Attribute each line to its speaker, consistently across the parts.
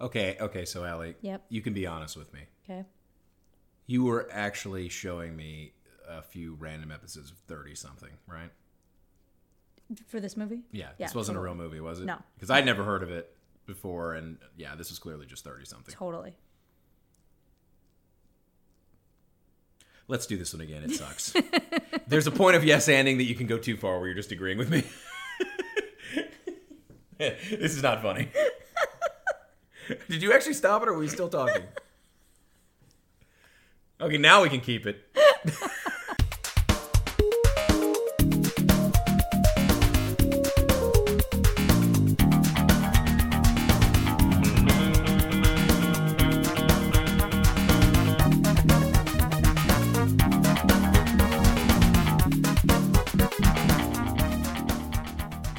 Speaker 1: Okay, okay, so Allie,
Speaker 2: Yep.
Speaker 1: you can be honest with me.
Speaker 2: Okay.
Speaker 1: You were actually showing me a few random episodes of 30 something, right?
Speaker 2: For this movie?
Speaker 1: Yeah,
Speaker 2: Yeah,
Speaker 1: this wasn't
Speaker 2: totally.
Speaker 1: a real movie, was it?
Speaker 2: No.
Speaker 1: Because I'd never heard of it before, and yeah, this was clearly just 30 something.
Speaker 2: Totally.
Speaker 1: Let's do this one again. It sucks. There's a point of yes anding that you can go too far where you're just agreeing with me. this is not funny. Did you actually stop it or were we still talking? Okay, now we can keep it.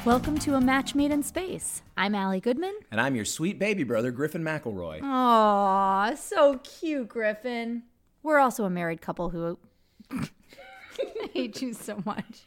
Speaker 2: Welcome to A Match Made in Space. I'm Allie Goodman.
Speaker 1: And I'm your sweet baby brother, Griffin McElroy.
Speaker 2: Aw, so cute, Griffin. We're also a married couple who I hate you so much.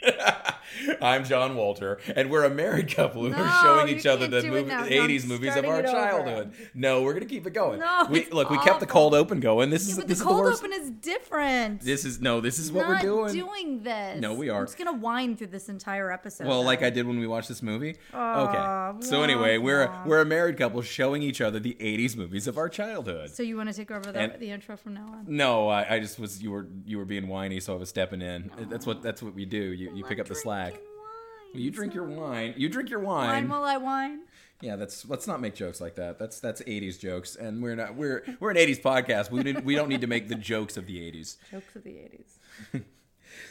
Speaker 1: I'm John Walter, and we're a married couple who
Speaker 2: No,
Speaker 1: are showing
Speaker 2: you
Speaker 1: each other
Speaker 2: can't
Speaker 1: the
Speaker 2: do it
Speaker 1: movie,
Speaker 2: now. No, I'm
Speaker 1: 80s movies of
Speaker 2: starting
Speaker 1: our
Speaker 2: it over.
Speaker 1: childhood. No, we're gonna keep it going.
Speaker 2: No,
Speaker 1: we,
Speaker 2: it's
Speaker 1: look, we kept the
Speaker 2: awful.
Speaker 1: cold open going. This is
Speaker 2: but the
Speaker 1: this
Speaker 2: cold
Speaker 1: is the worst.
Speaker 2: open is different.
Speaker 1: This is no, this is what we're
Speaker 2: Not
Speaker 1: doing.
Speaker 2: this.
Speaker 1: No, we are.
Speaker 2: I'm just gonna wind through this entire episode.
Speaker 1: Well,
Speaker 2: though.
Speaker 1: like I did when we watched this movie.
Speaker 2: Aw,
Speaker 1: okay. So
Speaker 2: womp
Speaker 1: anyway, we're a,
Speaker 2: womp.
Speaker 1: we're a married couple showing each other the '80s movies of our childhood.
Speaker 2: So you want to take over the,
Speaker 1: And-
Speaker 2: the intro from now on?
Speaker 1: No, I, I just was you were you were being whiny, so I was stepping in. That's what that's what we do. You you pick up the slack. Well, You drink your wine. You drink your wine.
Speaker 2: Wine while I wine.
Speaker 1: Yeah, that's let's not make jokes like that. That's that's '80s jokes, and we're not we're we're an '80s podcast. We didn't we don't need to make the jokes of the '80s.
Speaker 2: Jokes of the 80s.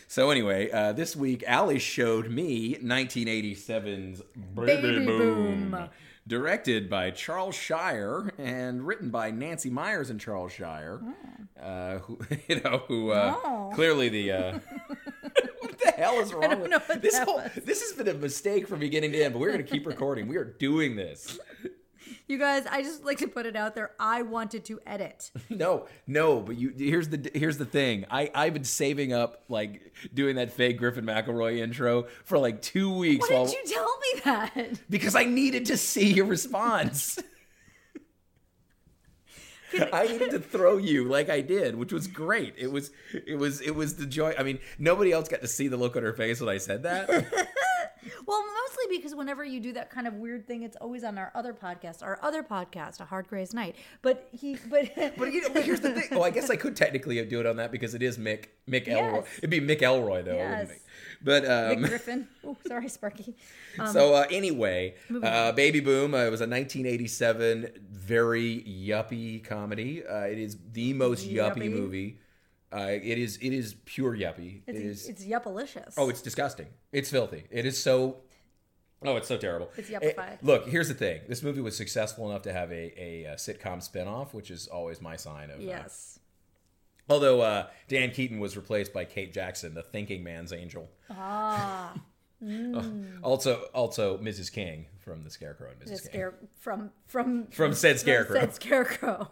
Speaker 1: So anyway, uh, this week Allie showed me 1987's Baby,
Speaker 2: Baby
Speaker 1: Boom.
Speaker 2: Boom.
Speaker 1: directed by Charles Shire and written by Nancy Myers and Charles Shire, uh, who you know who uh,
Speaker 2: Oh.
Speaker 1: clearly the. Uh, What the hell is wrong with
Speaker 2: know what
Speaker 1: this
Speaker 2: that
Speaker 1: whole
Speaker 2: was.
Speaker 1: this has been a mistake from beginning to end but we're going to keep recording we are doing this
Speaker 2: You guys, I just like to put it out there. I wanted to edit.
Speaker 1: no no but you here's the here's the thing i i've been saving up like doing that fake griffin mcelroy intro for like two weeks
Speaker 2: Why
Speaker 1: while
Speaker 2: didn't you tell me that?
Speaker 1: because I needed to see your response. I needed to throw you like I did, which was great. It was it was it was the joy. I mean, nobody else got to see the look on her face when I said that.
Speaker 2: Well, mostly because whenever you do that kind of weird thing, it's always on our other podcast, our other podcast, A Hard Gray's Night. But he, but,
Speaker 1: But, you know, but here's the thing. Oh, I guess I could technically do it on that because it is Mick Mick Elroy.
Speaker 2: Yes.
Speaker 1: It'd be Mick Elroy though. wouldn't
Speaker 2: Yes.
Speaker 1: it? But um,
Speaker 2: Griffin. Oh, sorry, Sparky. Um,
Speaker 1: so uh, anyway, uh, Baby Boom. Uh, it was a 1987 very yuppie comedy. Uh, it is the most yuppie,
Speaker 2: Yuppie.
Speaker 1: movie. Uh, it is it is pure yuppie. It
Speaker 2: It's,
Speaker 1: is.
Speaker 2: it's yuppalicious.
Speaker 1: oh, it's disgusting. It's filthy. It is so. Oh, it's so terrible.
Speaker 2: It's
Speaker 1: It-
Speaker 2: yuppified.
Speaker 1: look, here's the thing. This movie was successful enough to have a, a, uh sitcom spinoff, which is always my sign of. uh,
Speaker 2: yes.
Speaker 1: although uh, Dan Keaton was replaced by Kate Jackson, the thinking man's angel.
Speaker 2: Ah, Mm.
Speaker 1: Also, also Mrs. King from The Scarecrow and Mrs.
Speaker 2: the
Speaker 1: King.
Speaker 2: scare from from
Speaker 1: From said Scarecrow.
Speaker 2: Said scarecrow.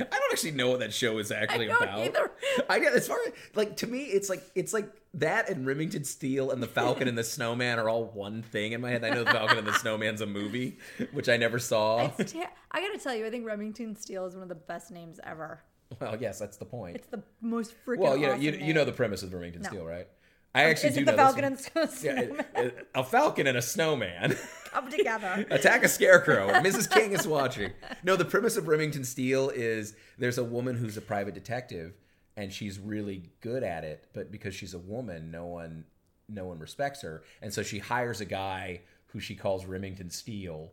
Speaker 1: I don't actually know what that show is actually
Speaker 2: don't
Speaker 1: about.
Speaker 2: either.
Speaker 1: I get as far as like to me, it's like it's like that and Remington Steele and the Falcon and the Snowman are all one thing in my head. I know the Falcon and the Snowman's a movie, which I never saw.
Speaker 2: It's ter- I gotta tell you, I think Remington Steele is one of the best names ever.
Speaker 1: Well, yes, that's the point.
Speaker 2: It's the most freaking.
Speaker 1: Well, you know,
Speaker 2: awesome
Speaker 1: you, you
Speaker 2: name.
Speaker 1: know the premise of Remington Steele, right? I actually
Speaker 2: Is
Speaker 1: do
Speaker 2: it the
Speaker 1: know this
Speaker 2: Falcon
Speaker 1: one.
Speaker 2: and the Snowman
Speaker 1: Yeah, it- it- a falcon and a snowman.
Speaker 2: come together?
Speaker 1: Attack a scarecrow. Mrs. King is watching. No, the premise of Remington Steele is there's a woman who's a private detective and she's really good at it, but because she's a woman, no one no one respects her. And so she hires a guy who she calls Remington Steele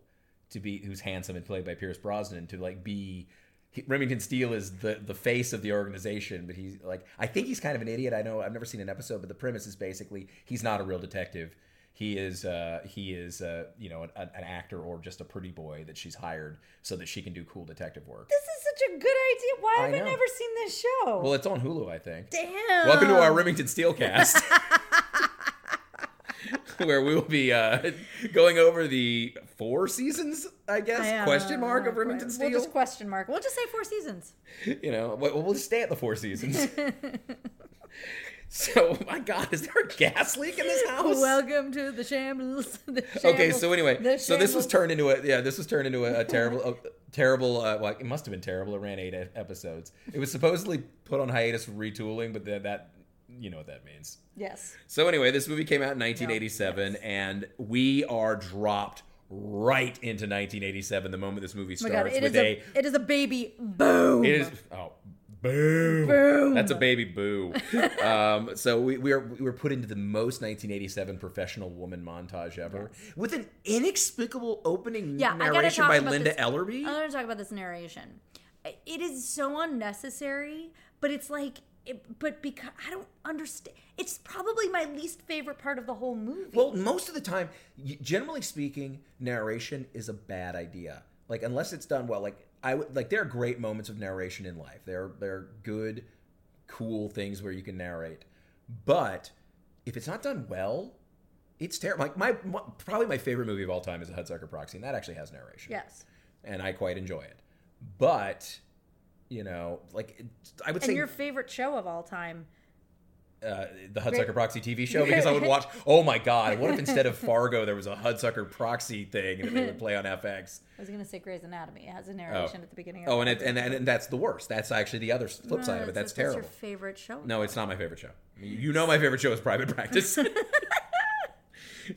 Speaker 1: to be who's handsome and played by Pierce Brosnan to like be he- Remington Steele is the the face of the organization, but he's like I think he's kind of an idiot. I know I've never seen an episode, but the premise is basically he's not a real detective. He is uh, he is uh, you know an, an an actor or just a pretty boy that she's hired so that she can do cool detective work.
Speaker 2: This is such a good idea. Why have
Speaker 1: I
Speaker 2: I,
Speaker 1: know.
Speaker 2: never seen this show?
Speaker 1: Well, it's on Hulu, I think.
Speaker 2: Damn.
Speaker 1: Welcome to our Remington Steele cast. Where we will be uh, going over the four seasons, I guess,
Speaker 2: Yeah.
Speaker 1: question mark of Remington Steele.
Speaker 2: uh, We'll just question mark. We'll just say four seasons.
Speaker 1: you know, we'll, we'll just stay at the Four Seasons. so, oh my God, is there a gas leak in this house?
Speaker 2: Welcome to the shambles. the
Speaker 1: okay,
Speaker 2: shambles,
Speaker 1: so anyway,
Speaker 2: the
Speaker 1: so this was
Speaker 2: shambles.
Speaker 1: turned into a yeah, this was turned into a, a terrible, a terrible. Uh, well, it must have been terrible. It ran eight e- episodes. It was supposedly put on hiatus for retooling, but that, that you know what that means.
Speaker 2: Yes.
Speaker 1: So anyway, this movie came
Speaker 2: Oh,
Speaker 1: out in 1987, and we are dropped right into 1987 the moment this movie
Speaker 2: Oh my
Speaker 1: starts
Speaker 2: God, it
Speaker 1: with
Speaker 2: is
Speaker 1: a,
Speaker 2: a, it is a baby boom.
Speaker 1: it is oh boo
Speaker 2: Boom.
Speaker 1: that's a baby boo um so we, we are we were put into the most 1987 professional woman montage ever with an inexplicable opening
Speaker 2: Yeah, I gotta
Speaker 1: narration
Speaker 2: talk
Speaker 1: by
Speaker 2: about
Speaker 1: Linda
Speaker 2: this.
Speaker 1: Ellery
Speaker 2: I want to talk about this narration. It is so unnecessary, but it's like, it, but because I don't understand. It's probably my least favorite part of the whole movie.
Speaker 1: Well, most of the time, y- generally speaking, narration is a bad idea. Like unless it's done well. Like I would like there are great moments of narration in life. There are, there are good, cool things where you can narrate, but if it's not done well, it's terrible. Like my, my probably my favorite movie of all time is The Hudsucker Proxy, and that actually has narration
Speaker 2: yes.
Speaker 1: and I quite enjoy it. But you know, like it- I would
Speaker 2: And
Speaker 1: say
Speaker 2: your favorite show of all time.
Speaker 1: uh, the Hudsucker Proxy TV show because I would watch. Oh my God! What if instead of Fargo there was a Hudsucker Proxy thing and they would play on FX?
Speaker 2: I was going to say Grey's Anatomy. It has a narration at the beginning. Of
Speaker 1: Oh, and it,
Speaker 2: every-
Speaker 1: and and that's the worst. That's actually the other flip
Speaker 2: No,
Speaker 1: side of it. That's
Speaker 2: your-
Speaker 1: terrible.
Speaker 2: That's your favorite show.
Speaker 1: No, it's not my favorite show. You know, my favorite show is Private Practice.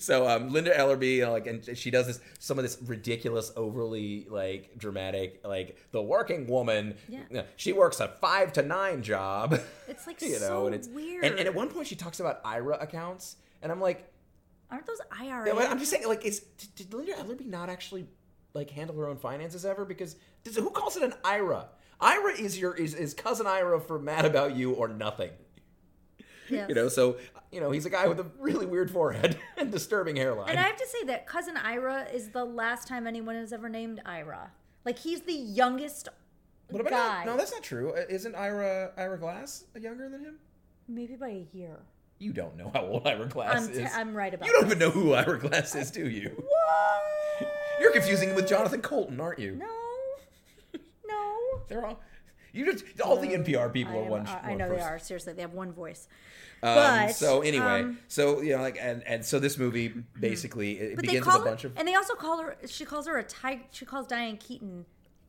Speaker 1: so um, Linda Ellerbee, you know, like, and she does this some of this ridiculous, overly like dramatic, like the working woman.
Speaker 2: Yeah.
Speaker 1: you know, she works a five to nine job.
Speaker 2: It's, like,
Speaker 1: you know,
Speaker 2: so
Speaker 1: and it's
Speaker 2: weird.
Speaker 1: And, and at one point, she talks about IRA accounts, and I'm like,
Speaker 2: Aren't those IRA?
Speaker 1: yeah, well, I'm just saying, like, is did, did Linda Ellerbee not actually like handle her own finances ever? Because does, who calls it an IRA? IRA is your is, is cousin Ira for Mad About You or nothing.
Speaker 2: Yes.
Speaker 1: You know, so you know he's a guy with a really weird forehead and disturbing hairline.
Speaker 2: And I have to say that cousin Ira is the last time anyone has ever named Ira. Like he's the youngest
Speaker 1: what about
Speaker 2: guy.
Speaker 1: No, that's not true. Uh, Isn't Ira Ira Glass younger than him?
Speaker 2: Maybe by a year.
Speaker 1: You don't know how old Ira Glass
Speaker 2: I'm,
Speaker 1: is.
Speaker 2: t- I'm right about
Speaker 1: you don't even know who Ira Glass is, do you?
Speaker 2: What?
Speaker 1: You're confusing him with Jonathan Colton, aren't you?
Speaker 2: No. No.
Speaker 1: They're all you just all the NPR people
Speaker 2: I
Speaker 1: are
Speaker 2: am- uh,
Speaker 1: one.
Speaker 2: I, I
Speaker 1: one
Speaker 2: know they
Speaker 1: person.
Speaker 2: are. Seriously, they have one voice.
Speaker 1: Um,
Speaker 2: But,
Speaker 1: so anyway,
Speaker 2: um,
Speaker 1: so you know, like, and and so this movie basically it
Speaker 2: But they
Speaker 1: begins with
Speaker 2: call
Speaker 1: a
Speaker 2: her,
Speaker 1: bunch of
Speaker 2: and they also call her. She calls her a tiger. She calls Diane Keaton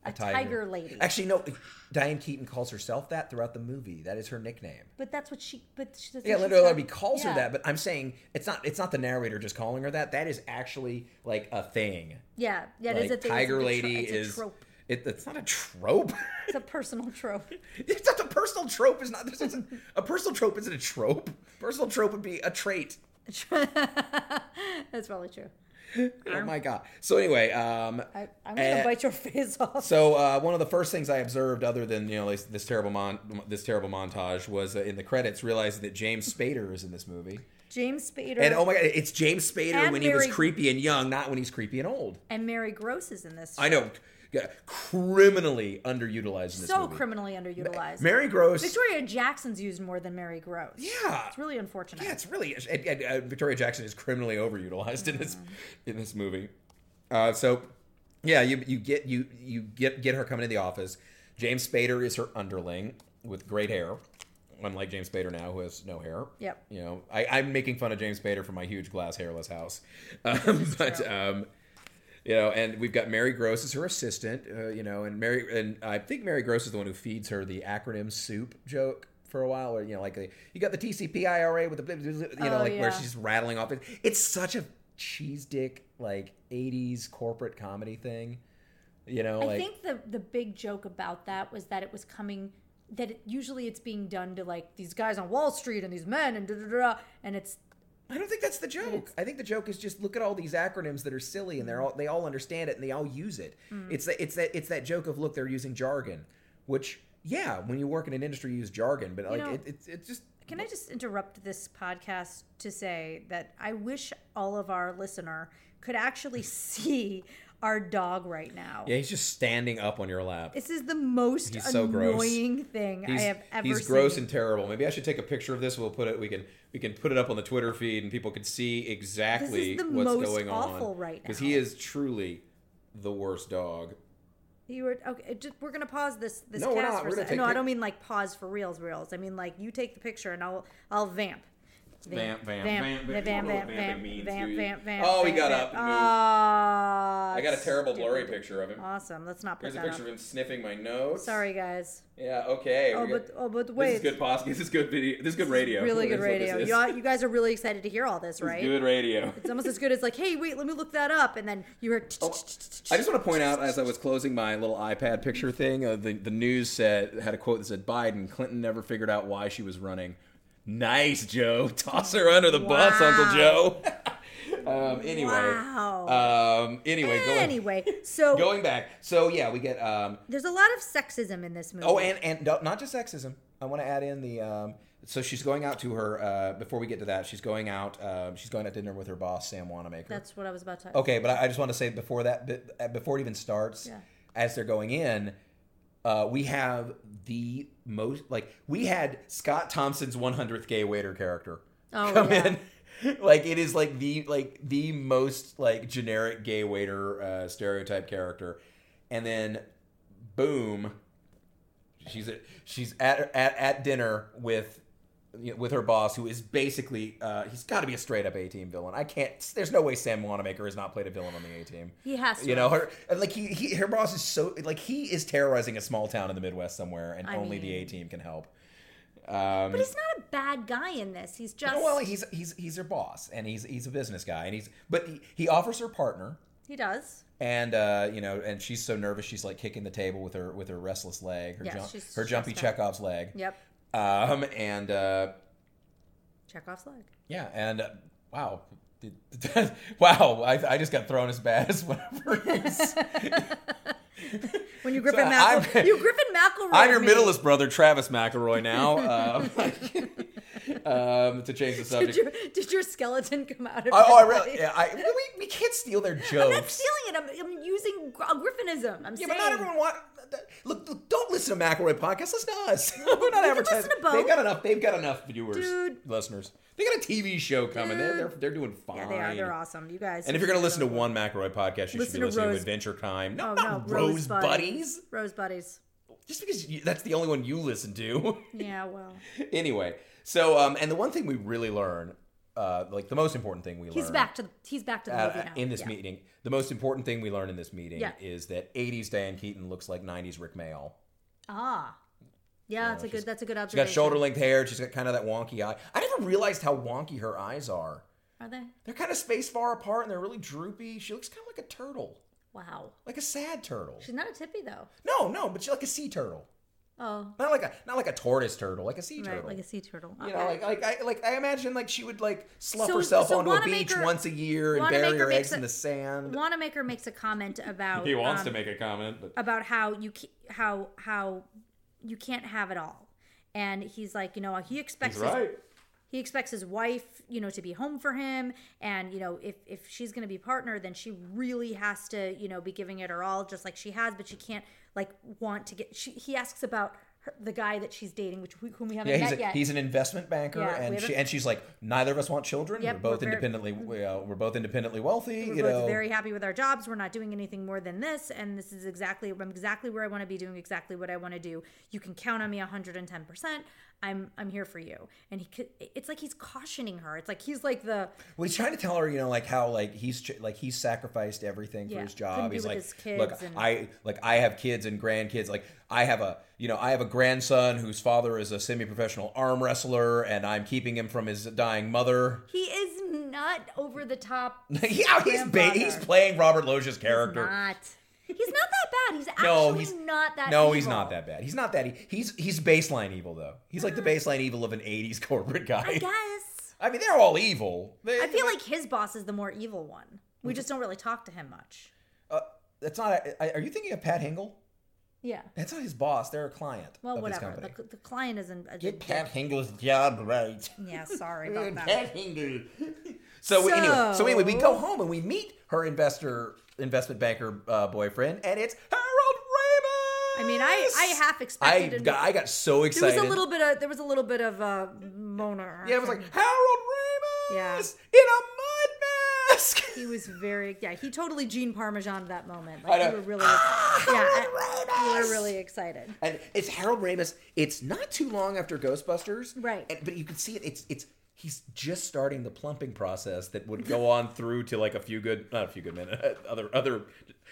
Speaker 2: a, tiger. lady.
Speaker 1: Actually, no, Diane Keaton calls herself that throughout the movie. That is her nickname.
Speaker 2: but that's what she. But she, that's
Speaker 1: Yeah,
Speaker 2: what
Speaker 1: Linda
Speaker 2: she's
Speaker 1: Ellerbee
Speaker 2: got-
Speaker 1: calls
Speaker 2: yeah.
Speaker 1: her that, but I'm saying it's not it's not the narrator just calling her that. That is actually like a thing.
Speaker 2: yeah, yeah. it
Speaker 1: like
Speaker 2: is a thing. It's
Speaker 1: tiger
Speaker 2: a tro-
Speaker 1: lady
Speaker 2: it's a
Speaker 1: is
Speaker 2: trope.
Speaker 1: It, it's not a trope.
Speaker 2: It's a personal trope.
Speaker 1: it's not a personal trope. Is not this isn't, a personal trope isn't a trope. Personal trope would be a trait.
Speaker 2: That's probably true.
Speaker 1: Oh my god. So anyway, um,
Speaker 2: I, I'm gonna
Speaker 1: Uh,
Speaker 2: bite your face off.
Speaker 1: So uh, one of the first things I observed, other than you know this, this terrible mon- this terrible montage, was uh, in the credits realizing that James Spader is in this movie.
Speaker 2: James Spader
Speaker 1: And
Speaker 2: and,
Speaker 1: oh my god, it's James Spader
Speaker 2: And
Speaker 1: when he was
Speaker 2: Mary-
Speaker 1: creepy and young, not when he's creepy and old.
Speaker 2: Mary Gross is in this.
Speaker 1: I know, yeah, criminally underutilized in this
Speaker 2: so
Speaker 1: movie.
Speaker 2: criminally underutilized.
Speaker 1: Mary Gross.
Speaker 2: Victoria Jackson's used more than Mary Gross.
Speaker 1: yeah,
Speaker 2: It's really unfortunate.
Speaker 1: yeah, it's really and, and, uh, Victoria Jackson is criminally overutilized in this
Speaker 2: Mm-hmm.
Speaker 1: in this movie. Uh, so yeah, you you get you you get get her coming to the office. James Spader is her underling with great hair, unlike James Spader now who has no hair.
Speaker 2: Yep.
Speaker 1: You know, I, I'm making fun of James Spader for my huge glass hairless house, um, but.
Speaker 2: true.
Speaker 1: Um, you know, and we've got Mary Gross as her assistant. Uh, you know, and Mary and I think Mary Gross is the one who feeds her the acronym soup joke for a while, or you know, like the, you got the TCP IRA with the you know,
Speaker 2: Oh,
Speaker 1: like where
Speaker 2: yeah.
Speaker 1: she's rattling off it. It's such a cheese dick like '80s corporate comedy thing. You know,
Speaker 2: I
Speaker 1: like
Speaker 2: think the the big joke about that was that it was coming that it, usually it's being done to like these guys on Wall Street and these men and da da da, da, and it's
Speaker 1: I don't think that's the joke. I think the joke is just look at all these acronyms that are silly and they're all they all understand it and they all use it.
Speaker 2: Mm.
Speaker 1: It's that it's that it's that joke of look they're using jargon, which yeah, when you work in an industry you use jargon, but like
Speaker 2: know-
Speaker 1: it, it's it's just
Speaker 2: Can I just interrupt this podcast to say that I wish all of our listener could actually see our dog right now.
Speaker 1: yeah he's just standing up on your lap.
Speaker 2: This is the most
Speaker 1: He's so gross.
Speaker 2: annoying thing
Speaker 1: He's,
Speaker 2: I have ever
Speaker 1: he's
Speaker 2: seen.
Speaker 1: gross and terrible. Maybe I should take a picture of this. We'll put it. We can we can put it up on the Twitter feed and people can see exactly
Speaker 2: the
Speaker 1: what's
Speaker 2: most
Speaker 1: going
Speaker 2: awful
Speaker 1: on
Speaker 2: right
Speaker 1: because
Speaker 2: now.
Speaker 1: he is truly the worst dog.
Speaker 2: you were okay. Just, we're gonna pause this. This
Speaker 1: No, we're
Speaker 2: cast
Speaker 1: not.
Speaker 2: for
Speaker 1: We're
Speaker 2: a
Speaker 1: gonna
Speaker 2: sec-
Speaker 1: take
Speaker 2: No, I
Speaker 1: pic-
Speaker 2: don't mean like pause for reels, reels. I mean like you take the picture and I'll I'll vamp.
Speaker 3: Vamp, vamp, vamp,
Speaker 2: the
Speaker 3: vamp. You don't
Speaker 2: vamp,
Speaker 3: know what
Speaker 2: vamp,
Speaker 3: vamping
Speaker 2: vamp,
Speaker 3: means, do
Speaker 2: vamp,
Speaker 3: you?
Speaker 2: vamp, vamp.
Speaker 3: Oh, he
Speaker 2: vamp,
Speaker 3: got
Speaker 2: vamp.
Speaker 3: up and moved.
Speaker 2: Ah,
Speaker 3: I got a terrible
Speaker 2: stupid.
Speaker 3: blurry picture of him.
Speaker 2: Awesome. Let's not put
Speaker 3: Here's a
Speaker 2: that
Speaker 3: picture
Speaker 2: up.
Speaker 3: of him sniffing my nose.
Speaker 2: Sorry, guys.
Speaker 3: Yeah. Okay.
Speaker 2: Oh,
Speaker 3: we got-
Speaker 2: but oh, but
Speaker 3: this is
Speaker 2: wait.
Speaker 3: good podcast. This is good video. This is good radio.
Speaker 2: Really good
Speaker 3: That's what this
Speaker 2: radio.
Speaker 3: is.
Speaker 2: You, all- you guys are really excited to hear all this,
Speaker 3: This is
Speaker 2: right?
Speaker 3: Good radio.
Speaker 2: It's almost as good as like, hey, wait, let me look that up, and then you hear.
Speaker 3: Oh, I just want to point out as I was closing my little iPad picture thing, uh, the, the news said had a quote that said Biden, Clinton never figured out why she was running. Nice, Joe. Toss her under the bus,
Speaker 2: Wow.
Speaker 3: Uncle Joe. um, anyway. Uh,
Speaker 2: Wow.
Speaker 1: Um. Anyway, going
Speaker 2: anyway, so
Speaker 1: going back. So yeah, we get um.
Speaker 2: there's a lot of sexism in this movie.
Speaker 1: Oh, and and no- not just sexism. I want to add in the um. So she's going out to her. Uh, before we get to that, she's going out. Um, she's going to dinner with her boss, Sam Wanamaker.
Speaker 2: that's what I was about to.
Speaker 1: Okay, but I, I just want to say before that, be- uh, before it even starts,
Speaker 2: Yeah.
Speaker 1: as they're going in, uh, we have the most like we had Scott Thompson's 100th gay waiter character
Speaker 2: Oh,
Speaker 1: come
Speaker 2: yeah.
Speaker 1: in. Like it is like the like the most like generic gay waiter uh, stereotype character, and then boom, she's at she's at at, at dinner with you know, with her boss, who is basically uh, he's got to be a straight up A team villain. I can't. There's no way Sam Wanamaker has not played a villain on the A team.
Speaker 2: He has to
Speaker 1: You know, her like he, he her boss is so like he is terrorizing a small town in the Midwest somewhere, and
Speaker 2: I
Speaker 1: only the
Speaker 2: mean-
Speaker 1: A team can help. Um,
Speaker 2: But he's not a bad guy in this. He's just
Speaker 1: well, he's he's he's her boss, and he's he's a business guy, and he's but he, he offers her partner,
Speaker 2: he does.
Speaker 1: and uh, you know, and she's so nervous, she's like kicking the table with her with her restless leg, her
Speaker 2: Yes,
Speaker 1: jump,
Speaker 2: she's
Speaker 1: her jumpy
Speaker 2: stressed
Speaker 1: Chekhov's leg.
Speaker 2: Yep.
Speaker 1: Um, and uh,
Speaker 2: Chekhov's leg.
Speaker 1: yeah, and uh, wow, did, wow, I, I just got thrown as bad as whatever. it is.
Speaker 2: When you Griffin
Speaker 1: So
Speaker 2: Mackle,
Speaker 1: I'm-
Speaker 2: you Griffin McElroy.
Speaker 1: I'm your
Speaker 2: me.
Speaker 1: middleest brother, Travis McElroy. Now, um, um, to change the
Speaker 2: Did
Speaker 1: subject.
Speaker 2: your, did your skeleton come out of?
Speaker 1: Oh, oh, I
Speaker 2: your
Speaker 1: really,
Speaker 2: body?
Speaker 1: yeah, I, we, we can't steal their jokes.
Speaker 2: I'm not stealing it. I'm, I'm using gr- a Griffinism. I'm
Speaker 1: Yeah,
Speaker 2: saying.
Speaker 1: but not everyone want. Look, look, don't listen to McElroy podcast. Listen to us. We're not
Speaker 2: can
Speaker 1: advertising.
Speaker 2: listen to both.
Speaker 1: They've got enough. They've got enough viewers,
Speaker 2: Dude.
Speaker 1: listeners. They got a TV show coming. They're,
Speaker 2: Dude.
Speaker 1: they're they're doing fine.
Speaker 2: Yeah, they are. They're awesome. You guys.
Speaker 1: And if you're gonna listen to one McElroy podcast, you should
Speaker 2: Listen
Speaker 1: be
Speaker 2: to
Speaker 1: listening to,
Speaker 2: Rose-
Speaker 1: Adventure Time. No,
Speaker 2: oh no,
Speaker 1: not
Speaker 2: Rose,
Speaker 1: Rose
Speaker 2: Buddies.
Speaker 1: Buddies.
Speaker 2: Rose Buddies.
Speaker 1: Just because you, that's the only one you listen to.
Speaker 2: Yeah, well,
Speaker 1: anyway, so um, and the one thing we really learn, uh, like the most important thing we learn,
Speaker 2: he's back to the, he's back to the
Speaker 1: at-
Speaker 2: movie now.
Speaker 1: in this
Speaker 2: yeah.
Speaker 1: meeting, the most important thing we learn in this meeting
Speaker 2: Yeah.
Speaker 1: is that 80s Diane Keaton looks like 90s Rick Mayall.
Speaker 2: Ah, yeah, that's a
Speaker 1: she's-
Speaker 2: good that's a good
Speaker 1: She's
Speaker 2: observation.
Speaker 1: got shoulder length hair. She's got kind of that wonky eye. I never realized how wonky her eyes are.
Speaker 2: Are they?
Speaker 1: They're kind of spaced far apart and they're really droopy. She looks kind of like a turtle,
Speaker 2: Wow,
Speaker 1: like a sad turtle.
Speaker 2: she's not a tippy though.
Speaker 1: No, no, but she's like a sea turtle,
Speaker 2: Oh,
Speaker 1: not like a not like a tortoise turtle, like a sea
Speaker 2: right,
Speaker 1: turtle.
Speaker 2: like a sea turtle.
Speaker 1: you
Speaker 2: Okay.
Speaker 1: know, like like I like I imagine like she would like slough
Speaker 2: So-
Speaker 1: herself
Speaker 2: so
Speaker 1: onto a beach
Speaker 2: Wanamaker-
Speaker 1: once a year and bury
Speaker 2: Wanamaker
Speaker 1: her eggs
Speaker 2: makes
Speaker 1: in
Speaker 2: a-
Speaker 1: the sand.
Speaker 2: Wanamaker makes a comment about
Speaker 3: He wants
Speaker 2: um,
Speaker 3: to make a comment, but
Speaker 2: about how you ca- how how you can't have it all, and he's like, you know, he expects
Speaker 3: he's
Speaker 2: his-
Speaker 3: right.
Speaker 2: he expects his wife, you know, to be home for him, and you know, if if she's going to be partner, then she really has to, you know, be giving it her all, just like she has, but she can't like want to get. She, he asks about her, the guy that she's dating, which we, whom we haven't
Speaker 1: Yeah, he's,
Speaker 2: met
Speaker 1: a,
Speaker 2: yet.
Speaker 1: he's an investment banker,
Speaker 2: Yeah, we
Speaker 1: and she
Speaker 2: haven't-
Speaker 1: and she's like, neither of us want children.
Speaker 2: Yep,
Speaker 1: we're both
Speaker 2: we're very-
Speaker 1: independently, we, uh, we're both independently wealthy.
Speaker 2: we're
Speaker 1: you
Speaker 2: both
Speaker 1: know,
Speaker 2: very happy with our jobs. We're not doing anything more than this, and this is exactly I'm exactly where I want to be doing exactly what I want to do. You can count on me 110. percent I'm I'm here for you. And he could, it's like he's cautioning her. It's like he's like the
Speaker 1: well, he's trying to tell her, you know, like how like he's ch- like he's sacrificed everything for
Speaker 2: Yeah,
Speaker 1: his
Speaker 2: couldn't
Speaker 1: job.
Speaker 2: be
Speaker 1: He's
Speaker 2: with
Speaker 1: like,
Speaker 2: his kids
Speaker 1: look,
Speaker 2: and-
Speaker 1: I like I have kids and grandkids. Like I have a you know I have a grandson whose father is a semi-professional arm wrestler, and I'm keeping him from his dying mother.
Speaker 2: he is not over the top.
Speaker 1: yeah, he's ba-
Speaker 2: Grandfather.
Speaker 1: he's playing Robert Loggia's character.
Speaker 2: Not. He's not that bad. He's actually
Speaker 1: No, he's-
Speaker 2: not that.
Speaker 1: No, he's
Speaker 2: evil.
Speaker 1: not that bad. He's not that. E- he's he's baseline evil though. He's like the baseline evil of an '80s corporate
Speaker 2: Uh-huh. I
Speaker 1: guy.
Speaker 2: guess.
Speaker 1: I mean, they're all evil. They,
Speaker 2: I feel like his boss is the more evil one. We just don't really talk to him much.
Speaker 1: uh, that's not. I are you thinking of Pat Hingle?
Speaker 2: Yeah.
Speaker 1: That's not his boss. They're a client.
Speaker 2: Well,
Speaker 1: of His
Speaker 2: whatever.
Speaker 1: company.
Speaker 2: The, the client isn't. a-
Speaker 1: Hingle's job right.
Speaker 2: Yeah, sorry about that.
Speaker 1: Pat Hingle. So, we- anyway, so anyway, we go home and we meet her investor, investment banker uh, boyfriend, and it's Harold
Speaker 2: I
Speaker 1: Ramis.
Speaker 2: mean, I I half
Speaker 1: I
Speaker 2: expected. him-
Speaker 1: got, I got so
Speaker 2: there was
Speaker 1: excited.
Speaker 2: a little bit of there was a little bit of uh, moaner.
Speaker 1: Yeah, it was like Harold Ramis
Speaker 2: Yeah.
Speaker 1: in a mud mask.
Speaker 2: He was very yeah. He totally Gene Parmesan that moment.
Speaker 1: I
Speaker 2: Like
Speaker 1: know.
Speaker 2: you were really
Speaker 1: Ah,
Speaker 2: yeah.
Speaker 1: Harold
Speaker 2: I- You
Speaker 1: Ramis!
Speaker 2: were really excited.
Speaker 1: and it's Harold Ramis. It's not too long after Ghostbusters,
Speaker 2: Right.
Speaker 1: and- but you can see it. It's it's he's just starting the plumping process that would go on through to like a few good not a few good men uh, other other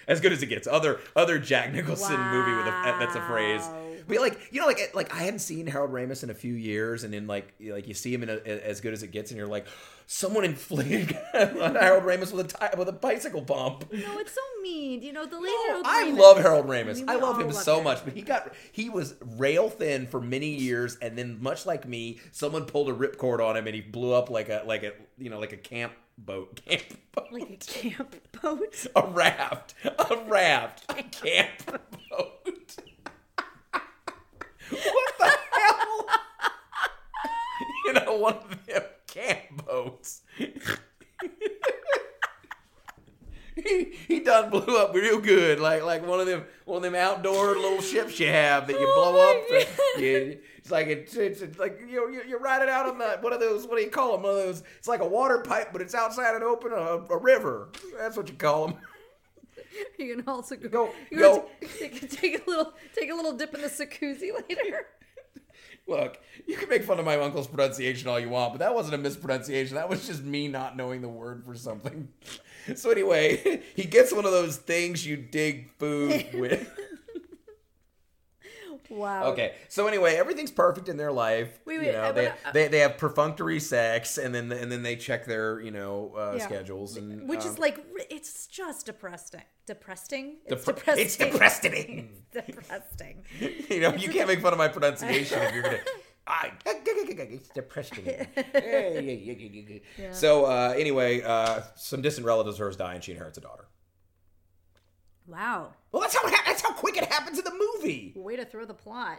Speaker 1: as good as it gets other other Jack Nicholson movie with a that's a phrase
Speaker 2: Wow.
Speaker 1: but like you know like like I hadn't seen Harold Ramis in a few years and then like you- like you see him in a, as good as it gets and you're like someone inflated Harold Ramis with a ti- with a bicycle bump
Speaker 2: No, it's so mean. You know, the lady.
Speaker 1: Oh,
Speaker 2: Harold
Speaker 1: I
Speaker 2: Ramis-
Speaker 1: love Harold Ramis.
Speaker 2: We
Speaker 1: I
Speaker 2: would
Speaker 1: love
Speaker 2: all
Speaker 1: him so
Speaker 2: him.
Speaker 1: much, but he got he was rail thin for many years, and then much like me, someone pulled a ripcord on him, and he blew up like a like a you know like a camp boat, camp boat,
Speaker 2: Like a camp boat.
Speaker 1: a raft, a raft, a camp boat. what the hell? you know, one of them camp boats. he he done blew up real good, like like one of them one of them outdoor little ships you have that you
Speaker 2: Oh
Speaker 1: blow up.
Speaker 2: my
Speaker 1: and- yeah, it's like it's, it's, it's like you you you ride it out on the one of those what do you call them? One of those it's like a water pipe, but it's outside an open a, a river. That's what you call them.
Speaker 2: You can also go.
Speaker 1: Go-
Speaker 2: you can
Speaker 1: go.
Speaker 2: t- Take, take a little, take a little dip in the jacuzzi later.
Speaker 1: Look, you can make fun of my uncle's pronunciation all you want, but that wasn't a mispronunciation. That was just me not knowing the word for something. So anyway, he gets one of those things you dig food with.
Speaker 2: Wow.
Speaker 1: Okay. So anyway, everything's perfect in their life.
Speaker 2: Wait,
Speaker 1: you
Speaker 2: wait,
Speaker 1: know,
Speaker 2: uh I
Speaker 1: they,
Speaker 2: wanna-
Speaker 1: they they have perfunctory sex, and then and then they check their you know uh,
Speaker 2: Yeah.
Speaker 1: schedules, and
Speaker 2: Which
Speaker 1: um,
Speaker 2: is like, r- it's just depressing. Depressing. It's
Speaker 1: depre-
Speaker 2: depressing.
Speaker 1: it's depressing.
Speaker 2: depressing.
Speaker 1: you know, you can't make fun of my pronunciation if you're gonna. Ah, I, it's depressing. So uh, anyway, uh, some distant relatives of hers die, and she inherits a daughter.
Speaker 2: Wow.
Speaker 1: Well, that's how it ha- that's how quick it happens in the movie.
Speaker 2: Way to throw the plot.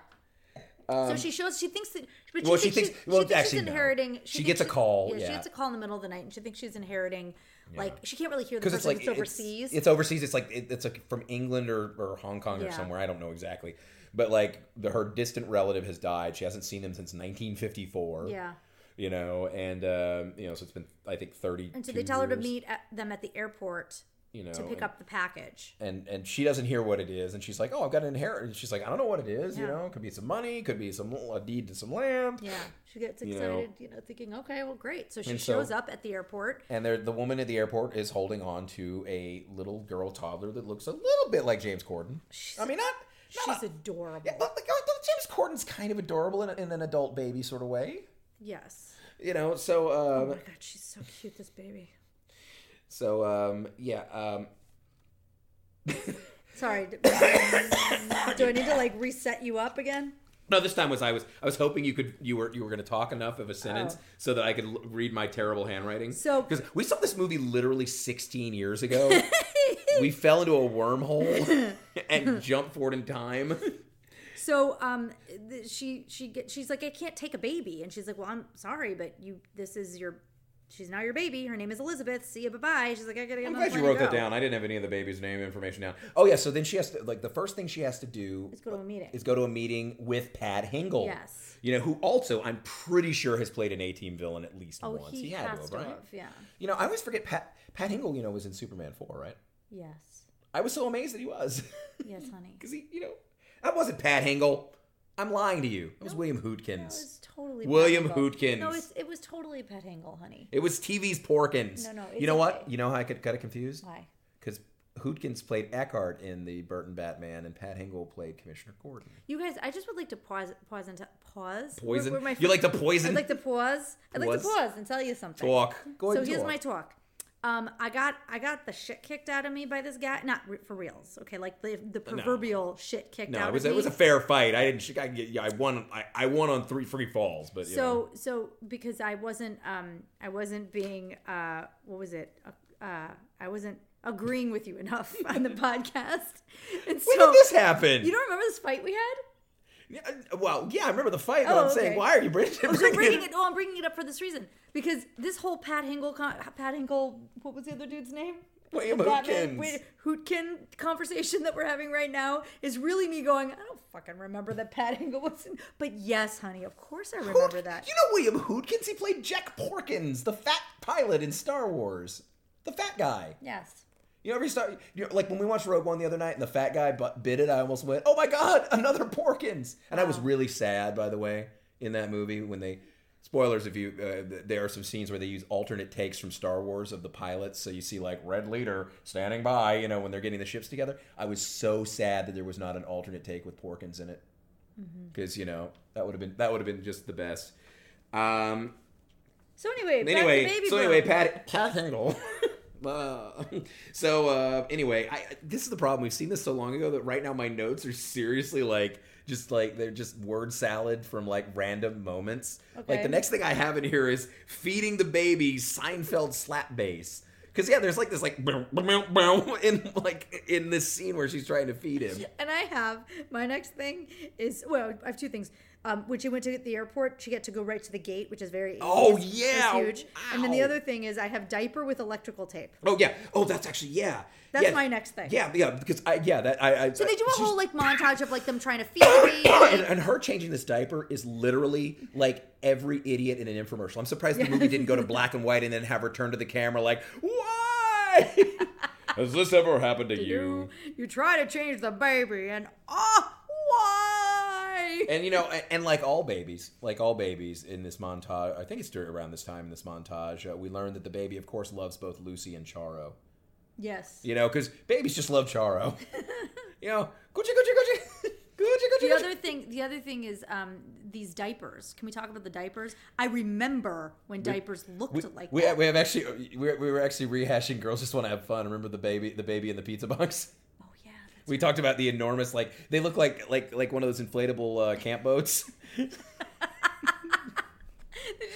Speaker 2: so she shows she thinks that but she
Speaker 1: Um, well, she
Speaker 2: thinks
Speaker 1: thinks-
Speaker 2: she,
Speaker 1: well,
Speaker 2: she thinks
Speaker 1: actually,
Speaker 2: she's
Speaker 1: no.
Speaker 2: inheriting
Speaker 1: She
Speaker 2: thinks
Speaker 1: gets a call,
Speaker 2: she
Speaker 1: yeah.
Speaker 2: gets a call in the middle of the night and she thinks she's inheriting like she can't really hear the
Speaker 1: Because
Speaker 2: person
Speaker 1: it's like
Speaker 2: that's overseas
Speaker 1: It's, it's overseas. It's like it, it's like from England or, or Hong Kong or
Speaker 2: Yeah.
Speaker 1: somewhere. I don't know exactly, but like the, her distant relative has died. She hasn't seen them since 1954.
Speaker 2: yeah
Speaker 1: you know, and um, you know, so it's been I think 30.
Speaker 2: and so they tell her to meet at, them at the airport
Speaker 1: you know
Speaker 2: to pick
Speaker 1: and-
Speaker 2: up the package
Speaker 1: and and she doesn't hear what it is, and she's like, "Oh, I've got an inheritance." She's like, "I don't know what it is. You
Speaker 2: Yeah.
Speaker 1: know, could be some money, could be some a deed to some land."
Speaker 2: yeah she gets
Speaker 1: You
Speaker 2: excited
Speaker 1: know.
Speaker 2: you know, thinking okay well great so she
Speaker 1: And so-
Speaker 2: shows up at the airport
Speaker 1: And there, the woman at the airport is holding on to a little girl toddler that looks a little bit like James Corden. I mean, not.
Speaker 2: she's
Speaker 1: not
Speaker 2: adorable
Speaker 1: yeah, but, like, uh, James Corden's kind of adorable in, a, in an adult baby sort of way,
Speaker 2: yes
Speaker 1: you know. So, um,
Speaker 2: oh my god she's so cute this baby
Speaker 1: so um, yeah. Um,
Speaker 2: sorry d- do I need to like reset you up again
Speaker 1: no, this time was I was I was hoping you could you were you were going to talk enough of a sentence
Speaker 2: Oh.
Speaker 1: so that I could l- read my terrible handwriting.
Speaker 2: So-
Speaker 1: because we saw this movie literally 16 years ago, we fell into a wormhole and jumped forward in time.
Speaker 2: So um, th- she she get, she's like, I can't take a baby, and she's like, Well, I'm sorry, but you this is your she's now your baby. Her name is Elizabeth. See you, bye bye. She's like, I gotta get.
Speaker 1: I'm
Speaker 2: on
Speaker 1: glad
Speaker 2: the
Speaker 1: you
Speaker 2: plane
Speaker 1: wrote
Speaker 2: and
Speaker 1: that
Speaker 2: go."
Speaker 1: down. I didn't have any of the baby's name information down. Oh yeah, so then she has to like the first thing she has to do
Speaker 2: Let's go to a meeting.
Speaker 1: is go to a meeting with Pat Hingle.
Speaker 2: Yes.
Speaker 1: You know, who also I'm pretty sure has played an A team villain at least
Speaker 2: oh,
Speaker 1: once.
Speaker 2: he,
Speaker 1: had
Speaker 2: has
Speaker 1: have,
Speaker 2: to
Speaker 1: right?
Speaker 2: have, yeah.
Speaker 1: You know, I always forget Pat Pat Hingle, you know, was in Superman four, right?
Speaker 2: Yes,
Speaker 1: I was so amazed that he was.
Speaker 2: yes, honey.
Speaker 1: Because he you know that wasn't Pat Hingle. I'm lying to you. It was William
Speaker 2: That
Speaker 1: Hootkins.
Speaker 2: was totally Pat
Speaker 1: William
Speaker 2: Hingle.
Speaker 1: Hootkins.
Speaker 2: No, it's, it was totally Pat Hingle, honey.
Speaker 1: It was TV's Porkins.
Speaker 2: No, no, it's
Speaker 1: You know what?
Speaker 2: okay.
Speaker 1: You know how I got kind of confused?
Speaker 2: Why?
Speaker 1: because Hootkins played Eckhart in the Burton Batman, and Pat Hingle played Commissioner Gordon.
Speaker 2: You guys, I just would like to pause, pause, and t- pause.
Speaker 1: Poison?
Speaker 2: Where- where my
Speaker 1: You like to
Speaker 2: I'd
Speaker 1: poison?
Speaker 2: like to pause. I'd like to
Speaker 1: Was?
Speaker 2: pause and tell you something.
Speaker 1: Talk. Go ahead
Speaker 2: so
Speaker 1: and
Speaker 2: here's
Speaker 1: talk.
Speaker 2: my talk. Um, I got I got the shit kicked out of me by this guy. Not re- for reals, okay? Like the the proverbial shit kicked
Speaker 1: No,
Speaker 2: out
Speaker 1: it was
Speaker 2: of
Speaker 1: it
Speaker 2: me.
Speaker 1: was a fair fight. I didn't. sh- I, yeah, I won. I, I won on three free falls, but you know.
Speaker 2: so so because I wasn't um I wasn't being uh what was it uh, uh I wasn't agreeing with you enough on the podcast. And so
Speaker 1: when did this happen?
Speaker 2: you don't remember this fight we had?
Speaker 1: Yeah, well, yeah, I remember the fight, but
Speaker 2: Oh,
Speaker 1: I'm saying,
Speaker 2: okay.
Speaker 1: why are you bringing,
Speaker 2: I'm so
Speaker 1: bringing
Speaker 2: bringing
Speaker 1: it?
Speaker 2: it. Oh, I'm bringing it up for this reason because this whole Pat Hingle, con- Pat Hingle, what was the other dude's name?
Speaker 1: William
Speaker 2: The Batman-
Speaker 1: Hootkins.
Speaker 2: Wait, Hootkin conversation that we're having right now is really me going. I don't fucking remember that Pat Hingle was in, but yes, honey, of course I
Speaker 1: Hoot-
Speaker 2: remember that.
Speaker 1: You know William Hootkins? He played Jack Porkins, the fat pilot in Star Wars, the fat guy.
Speaker 2: Yes.
Speaker 1: You ever start you know, like when we watched Rogue One the other night and the fat guy bu- bit it? I almost went, "Oh my god, another Porkins!" And I was really sad, by the way, in that movie when they spoilers if you uh, th- there are some scenes where they use alternate takes from Star Wars of the pilots so you see like red leader standing by you know when they're getting the ships together I was so sad that there was not an alternate take with Porkins in it because you know that would have been that would have been just the best um
Speaker 2: So anyway, back
Speaker 1: anyway,
Speaker 2: to baby
Speaker 1: so
Speaker 2: boom.
Speaker 1: anyway, Pat Pat Hingle. Uh, so uh, anyway, I, this is the problem. We've seen this so long ago that right now my notes are seriously like just like they're just word salad from like random moments. Like
Speaker 2: Okay.
Speaker 1: the next thing I have in here is feeding the baby Seinfeld slap bass. Cause yeah, there's like this like bow, bow, bow, bow in like in this scene where she's trying to feed him.
Speaker 2: And I have my next thing is well, I have two things. Um, when she went to the airport, she got to go right to the gate, which is very
Speaker 1: Oh,
Speaker 2: 80s. It's
Speaker 1: yeah.
Speaker 2: huge. And then the
Speaker 1: Wow.
Speaker 2: other thing is I have diaper with electrical tape.
Speaker 1: Oh yeah. Oh, that's actually yeah.
Speaker 2: That's
Speaker 1: Yeah.
Speaker 2: my next thing.
Speaker 1: Yeah, yeah. Because I yeah that I. I
Speaker 2: So they do a
Speaker 1: she's-
Speaker 2: whole like montage of like them trying to feed the
Speaker 1: and,
Speaker 2: baby.
Speaker 1: and her changing this diaper is literally like every idiot in an infomercial. I'm surprised the movie didn't go to black and white and then have her turn to the camera like, "Why? Has this ever happened to
Speaker 2: You you try to change the baby, and ah, why?
Speaker 1: And you know, and, and like all babies, like all babies in this montage, I think it's during around this time in this montage, uh, we learn that the baby, of course, loves both Lucy and Charo.
Speaker 2: yes.
Speaker 1: You know, because babies just love Charo. you know, Gucci, Gucci, Gucci, Gucci, Gucci,
Speaker 2: The
Speaker 1: Gucci.
Speaker 2: other thing, the other thing is um, these diapers. Can we talk about the diapers? I remember when diapers looked
Speaker 1: we,
Speaker 2: like
Speaker 1: we,
Speaker 2: that.
Speaker 1: we have actually we we were actually rehashing girls just want to have fun remember the baby the baby in the pizza box
Speaker 2: oh yeah, that's-
Speaker 1: we talked about the enormous like they look like like like one of those inflatable uh, camp boats
Speaker 2: they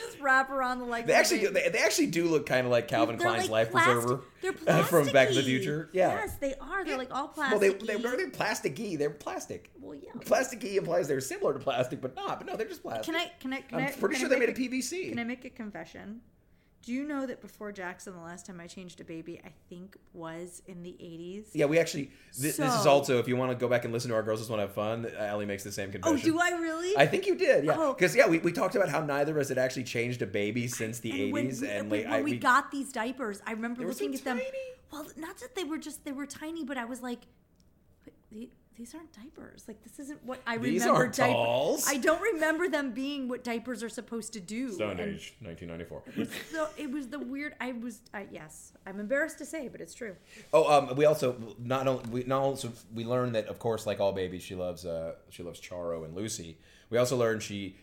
Speaker 2: just wrap around the legs.
Speaker 1: they
Speaker 2: of the
Speaker 1: actually
Speaker 2: baby.
Speaker 1: they, they actually do look kind of like calvin
Speaker 2: They're
Speaker 1: klein's
Speaker 2: like
Speaker 1: life
Speaker 2: plastic-
Speaker 1: preserver
Speaker 2: They're
Speaker 1: uh,
Speaker 2: plasticky.
Speaker 1: from back to the future yeah
Speaker 2: Yes, they are. They're like all
Speaker 1: well
Speaker 2: plastic.
Speaker 1: they, they, they're they're plasticky they're plastic
Speaker 2: Well, yeah.
Speaker 1: plasticky implies they're similar to plastic but not but no they're just plastic
Speaker 2: Can I? Can I? Can
Speaker 1: i'm
Speaker 2: I,
Speaker 1: pretty
Speaker 2: can
Speaker 1: sure
Speaker 2: I
Speaker 1: they
Speaker 2: make
Speaker 1: made a pvc
Speaker 2: Can I make a confession? Do you know that before Jackson, the last time I changed a baby, I think was in the eighties.
Speaker 1: yeah, we actually. Th- This is
Speaker 2: So-
Speaker 1: also if you want to go back and listen to our girls just want to have fun. Ellie makes the same
Speaker 2: Oh,
Speaker 1: confession.
Speaker 2: do I really?
Speaker 1: I think you did, yeah.
Speaker 2: Oh.
Speaker 1: Because yeah, we, we talked about how neither of us had actually changed a baby since the
Speaker 2: And when
Speaker 1: eighties,
Speaker 2: we-
Speaker 1: and
Speaker 2: when,
Speaker 1: like
Speaker 2: when
Speaker 1: I,
Speaker 2: we got these diapers, I remember
Speaker 1: They were so
Speaker 2: looking at them.
Speaker 1: tiny.
Speaker 2: Well, not that they were just they were tiny, but I was like, "But the- these aren't diapers. Like this isn't what I
Speaker 1: These
Speaker 2: remember.
Speaker 1: aren't
Speaker 2: diaper-
Speaker 1: dolls.
Speaker 2: I don't remember them being what diapers are supposed to do. And
Speaker 1: nineteen ninety four.
Speaker 2: So it was the weird. I was I, yes. I'm embarrassed to say, but it's true.
Speaker 1: oh, um, we also not only we not only so we learned that of course, like all babies, she loves uh she loves Charo and Lucy. We also learned she,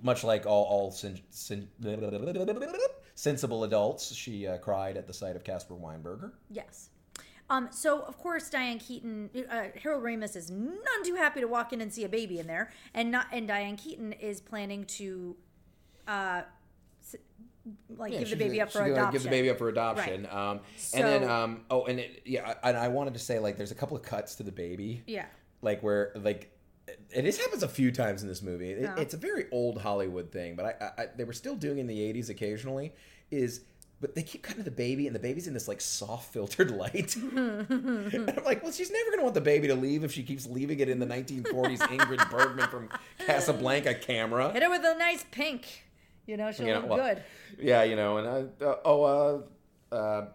Speaker 1: much like all all sen- sen- sensible adults, she uh, cried at the sight of Casper Weinberger.
Speaker 2: Yes. Um, so of course Diane Keaton, uh, Harold Ramis is none too happy to walk in and see a baby in there, and not and Diane Keaton is planning to, uh, s- like give the
Speaker 1: she's-
Speaker 2: baby up for
Speaker 1: she's gonna
Speaker 2: adoption.
Speaker 1: Give the baby up for adoption. Um,
Speaker 2: So-
Speaker 1: and then um, oh, and it, yeah, I- and I wanted to say like there's a couple of cuts to the baby.
Speaker 2: Yeah.
Speaker 1: like where like and this happens a few times in this movie. It, It's a very old Hollywood thing, but I, I, I they were still doing it in the '80s occasionally. Is but they keep cutting to the baby, and the baby's in this like soft filtered light. and I'm like, well, she's never gonna want the baby to leave if she keeps leaving it in the 1940s Ingrid Bergman from Casablanca camera.
Speaker 2: Hit her with a nice pink. You know she'll
Speaker 1: You know,
Speaker 2: look
Speaker 1: well,
Speaker 2: good.
Speaker 1: Yeah, you know, and I, uh, oh, uh, uh,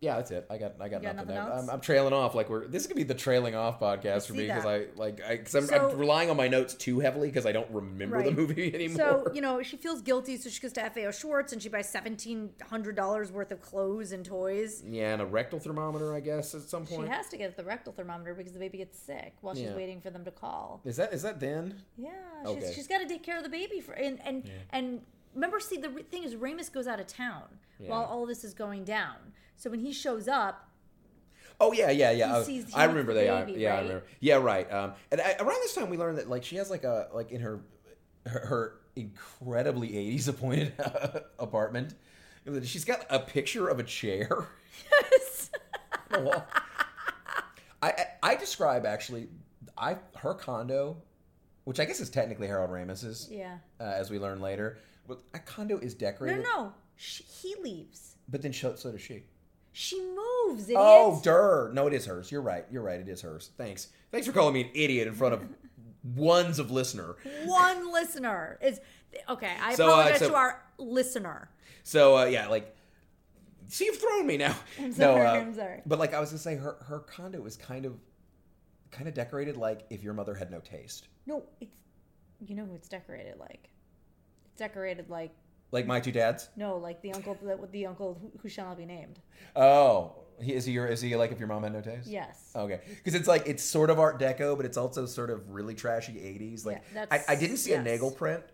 Speaker 1: yeah, that's it. I got, I got
Speaker 2: You got
Speaker 1: nothing.
Speaker 2: nothing
Speaker 1: I-
Speaker 2: else?
Speaker 1: I'm, I'm trailing off. Like we're this is gonna be the trailing off podcast for
Speaker 2: see
Speaker 1: me because I
Speaker 2: that.
Speaker 1: like I because I'm,
Speaker 2: So-
Speaker 1: I'm relying on my notes too heavily because I don't remember the
Speaker 2: Right.
Speaker 1: movie anymore.
Speaker 2: So you know she feels guilty, so she goes to FAO Schwartz and she buys seventeen hundred dollars worth of clothes and toys.
Speaker 1: yeah, and a rectal thermometer, I guess, at some
Speaker 2: She
Speaker 1: point.
Speaker 2: has to get the rectal thermometer because the baby gets sick while she's
Speaker 1: Yeah.
Speaker 2: waiting for them to call.
Speaker 1: is that is that then?
Speaker 2: Yeah,
Speaker 1: Okay.
Speaker 2: she's, she's got to take care of the baby for and and and remember, see the re- thing is, Ramus goes out of town while
Speaker 1: Yeah.
Speaker 2: all this is going down. So when he shows up,
Speaker 1: Oh yeah, yeah, yeah. I,
Speaker 2: sees- he
Speaker 1: I
Speaker 2: meets
Speaker 1: remember
Speaker 2: the
Speaker 1: they. I-
Speaker 2: baby,
Speaker 1: yeah, I
Speaker 2: right?
Speaker 1: remember. Yeah, right. Um, and I, around this time, we learned that like she has like a like in her her, her incredibly '80s appointed apartment. She's got a picture of a chair. on the wall. I, I I describe actually, I her condo, which I guess is technically Harold Ramis's,
Speaker 2: yeah,
Speaker 1: uh, as we learn later. But a condo is
Speaker 2: no,
Speaker 1: decorated,
Speaker 2: no, no. She, he leaves.
Speaker 1: but then so, so does she.
Speaker 2: She moves. Idiots.
Speaker 1: Oh, der. No, it is hers. You're right. You're right. It is hers. Thanks. Thanks for calling me an idiot in front of ones of listener.
Speaker 2: one listener is okay. I
Speaker 1: So, uh,
Speaker 2: apologize
Speaker 1: so-
Speaker 2: to our listener.
Speaker 1: So uh, yeah, like, see, you've thrown me now. I'm
Speaker 2: sorry, I'm sorry.
Speaker 1: But like, I was gonna say, her her condo is kind of, kind of decorated like if your mother had no taste.
Speaker 2: No, it's you know who it's decorated like. It's decorated like
Speaker 1: Like my two dads.
Speaker 2: No, like the uncle the, the uncle who, who shall not be named.
Speaker 1: Oh, he, is he your is he like if your mom had no taste?
Speaker 2: Yes.
Speaker 1: Okay, because it's like it's sort of Art Deco, but it's also sort of really trashy '80s. Like
Speaker 2: Yeah,
Speaker 1: I,
Speaker 2: that's-
Speaker 1: I didn't see a
Speaker 2: yes.
Speaker 1: Nagel print,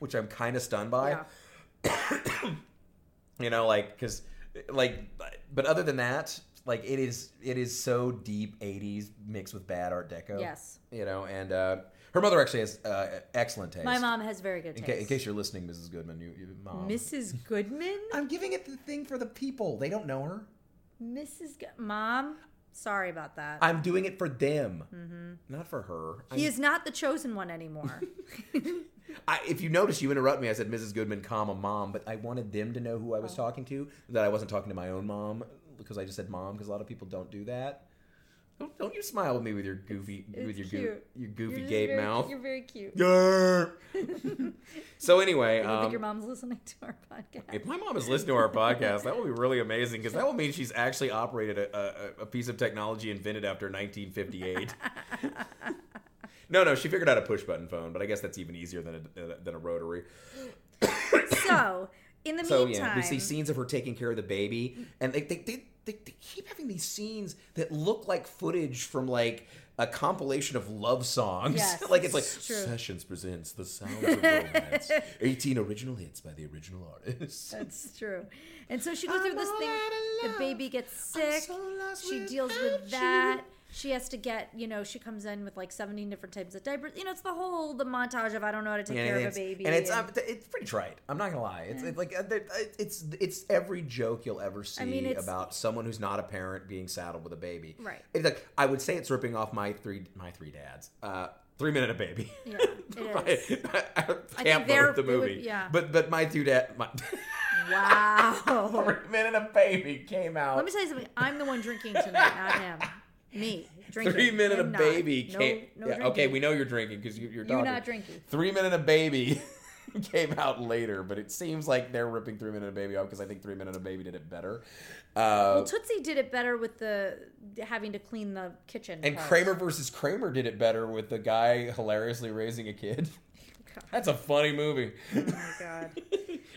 Speaker 1: which I'm kind of stunned by.
Speaker 2: Yeah.
Speaker 1: You know, like because like, but other than that, like it is it is so deep '80s mixed with bad Art Deco.
Speaker 2: Yes.
Speaker 1: You know, and uh, her mother actually has uh, excellent taste.
Speaker 2: My mom has very good
Speaker 1: In,
Speaker 2: taste.
Speaker 1: ca- in case you're listening, Mrs. Goodman, you, you mom.
Speaker 2: Mrs. Goodman?
Speaker 1: I'm giving it the thing for the people. They don't know her.
Speaker 2: Mrs. Go- Mom, sorry about that.
Speaker 1: I'm doing it for them,
Speaker 2: Mm-hmm.
Speaker 1: not for her. I'm
Speaker 2: he is not the chosen one anymore.
Speaker 1: I, if you notice, you interrupt me. I said Mrs. Goodman, comma mom, but I wanted them to know who I was
Speaker 2: Oh.
Speaker 1: talking to. That I wasn't talking to my own mom because I just said mom because a lot of people don't do that. Don't, don't you smile at me with your goofy with your
Speaker 2: it's
Speaker 1: goo,
Speaker 2: cute.
Speaker 1: your
Speaker 2: You're
Speaker 1: goofy
Speaker 2: just
Speaker 1: gape
Speaker 2: very-
Speaker 1: mouth.
Speaker 2: You're very cute.
Speaker 1: Grr. so anyway,
Speaker 2: I think your
Speaker 1: um,
Speaker 2: mom's listening to our podcast.
Speaker 1: if my mom is listening to our podcast, that will be really amazing because that will mean she's actually operated a, a, a piece of technology invented after 1958. no, no, she figured out a push button phone, but I guess that's even easier than a, than a rotary.
Speaker 2: so, in the
Speaker 1: So
Speaker 2: meantime,
Speaker 1: yeah, we see scenes of her taking care of the baby, and they they, they, they they keep having these scenes that look like footage from like a compilation of love songs.
Speaker 2: Yes,
Speaker 1: like it's like
Speaker 2: it's true.
Speaker 1: Sessions presents the sounds of romance, eighteen original hits by the original artists.
Speaker 2: that's true. And so she goes through this
Speaker 1: all
Speaker 2: thing.
Speaker 1: out of
Speaker 2: The
Speaker 1: love.
Speaker 2: baby gets sick.
Speaker 1: so lost
Speaker 2: she deals
Speaker 1: without
Speaker 2: with
Speaker 1: you.
Speaker 2: that. She has to get, you know, she comes in with like 17 different types of diapers. You know, it's the whole the montage of I don't know how to take
Speaker 1: And
Speaker 2: care of a
Speaker 1: it's-
Speaker 2: baby.
Speaker 1: and it's um, it's pretty trite. I'm not gonna lie. It's, it's like uh, there- it's it's every joke you'll ever see
Speaker 2: mean, it's-
Speaker 1: about someone who's not a parent being saddled with a baby.
Speaker 2: Right.
Speaker 1: It's like I would say it's ripping off my three my three dads. Uh, three minute a baby.
Speaker 2: yeah, it is.
Speaker 1: I, I
Speaker 2: think
Speaker 1: can't
Speaker 2: they're-
Speaker 1: vote the
Speaker 2: it would-
Speaker 1: movie.
Speaker 2: yeah.
Speaker 1: But but my two dad my
Speaker 2: Wow.
Speaker 1: Three Men and a Baby came
Speaker 2: Let
Speaker 1: out.
Speaker 2: me tell you something. I'm the one drinking tonight, not him. Me drinking.
Speaker 1: Three Men and a
Speaker 2: Him not.
Speaker 1: Baby
Speaker 2: No,
Speaker 1: came. yeah,
Speaker 2: no drinking.
Speaker 1: okay, we know you're drinking because you, you're
Speaker 2: You're
Speaker 1: talking.
Speaker 2: not drinking.
Speaker 1: Three Men and a Baby came out later, but it seems like they're ripping Three Men and a Baby off because I think Three Men and a Baby did it better. Uh,
Speaker 2: Well, Tootsie did it better with the having to clean the kitchen.
Speaker 1: and
Speaker 2: part.
Speaker 1: Kramer versus Kramer did it better with the guy hilariously raising a kid. That's a funny movie.
Speaker 2: Oh my god.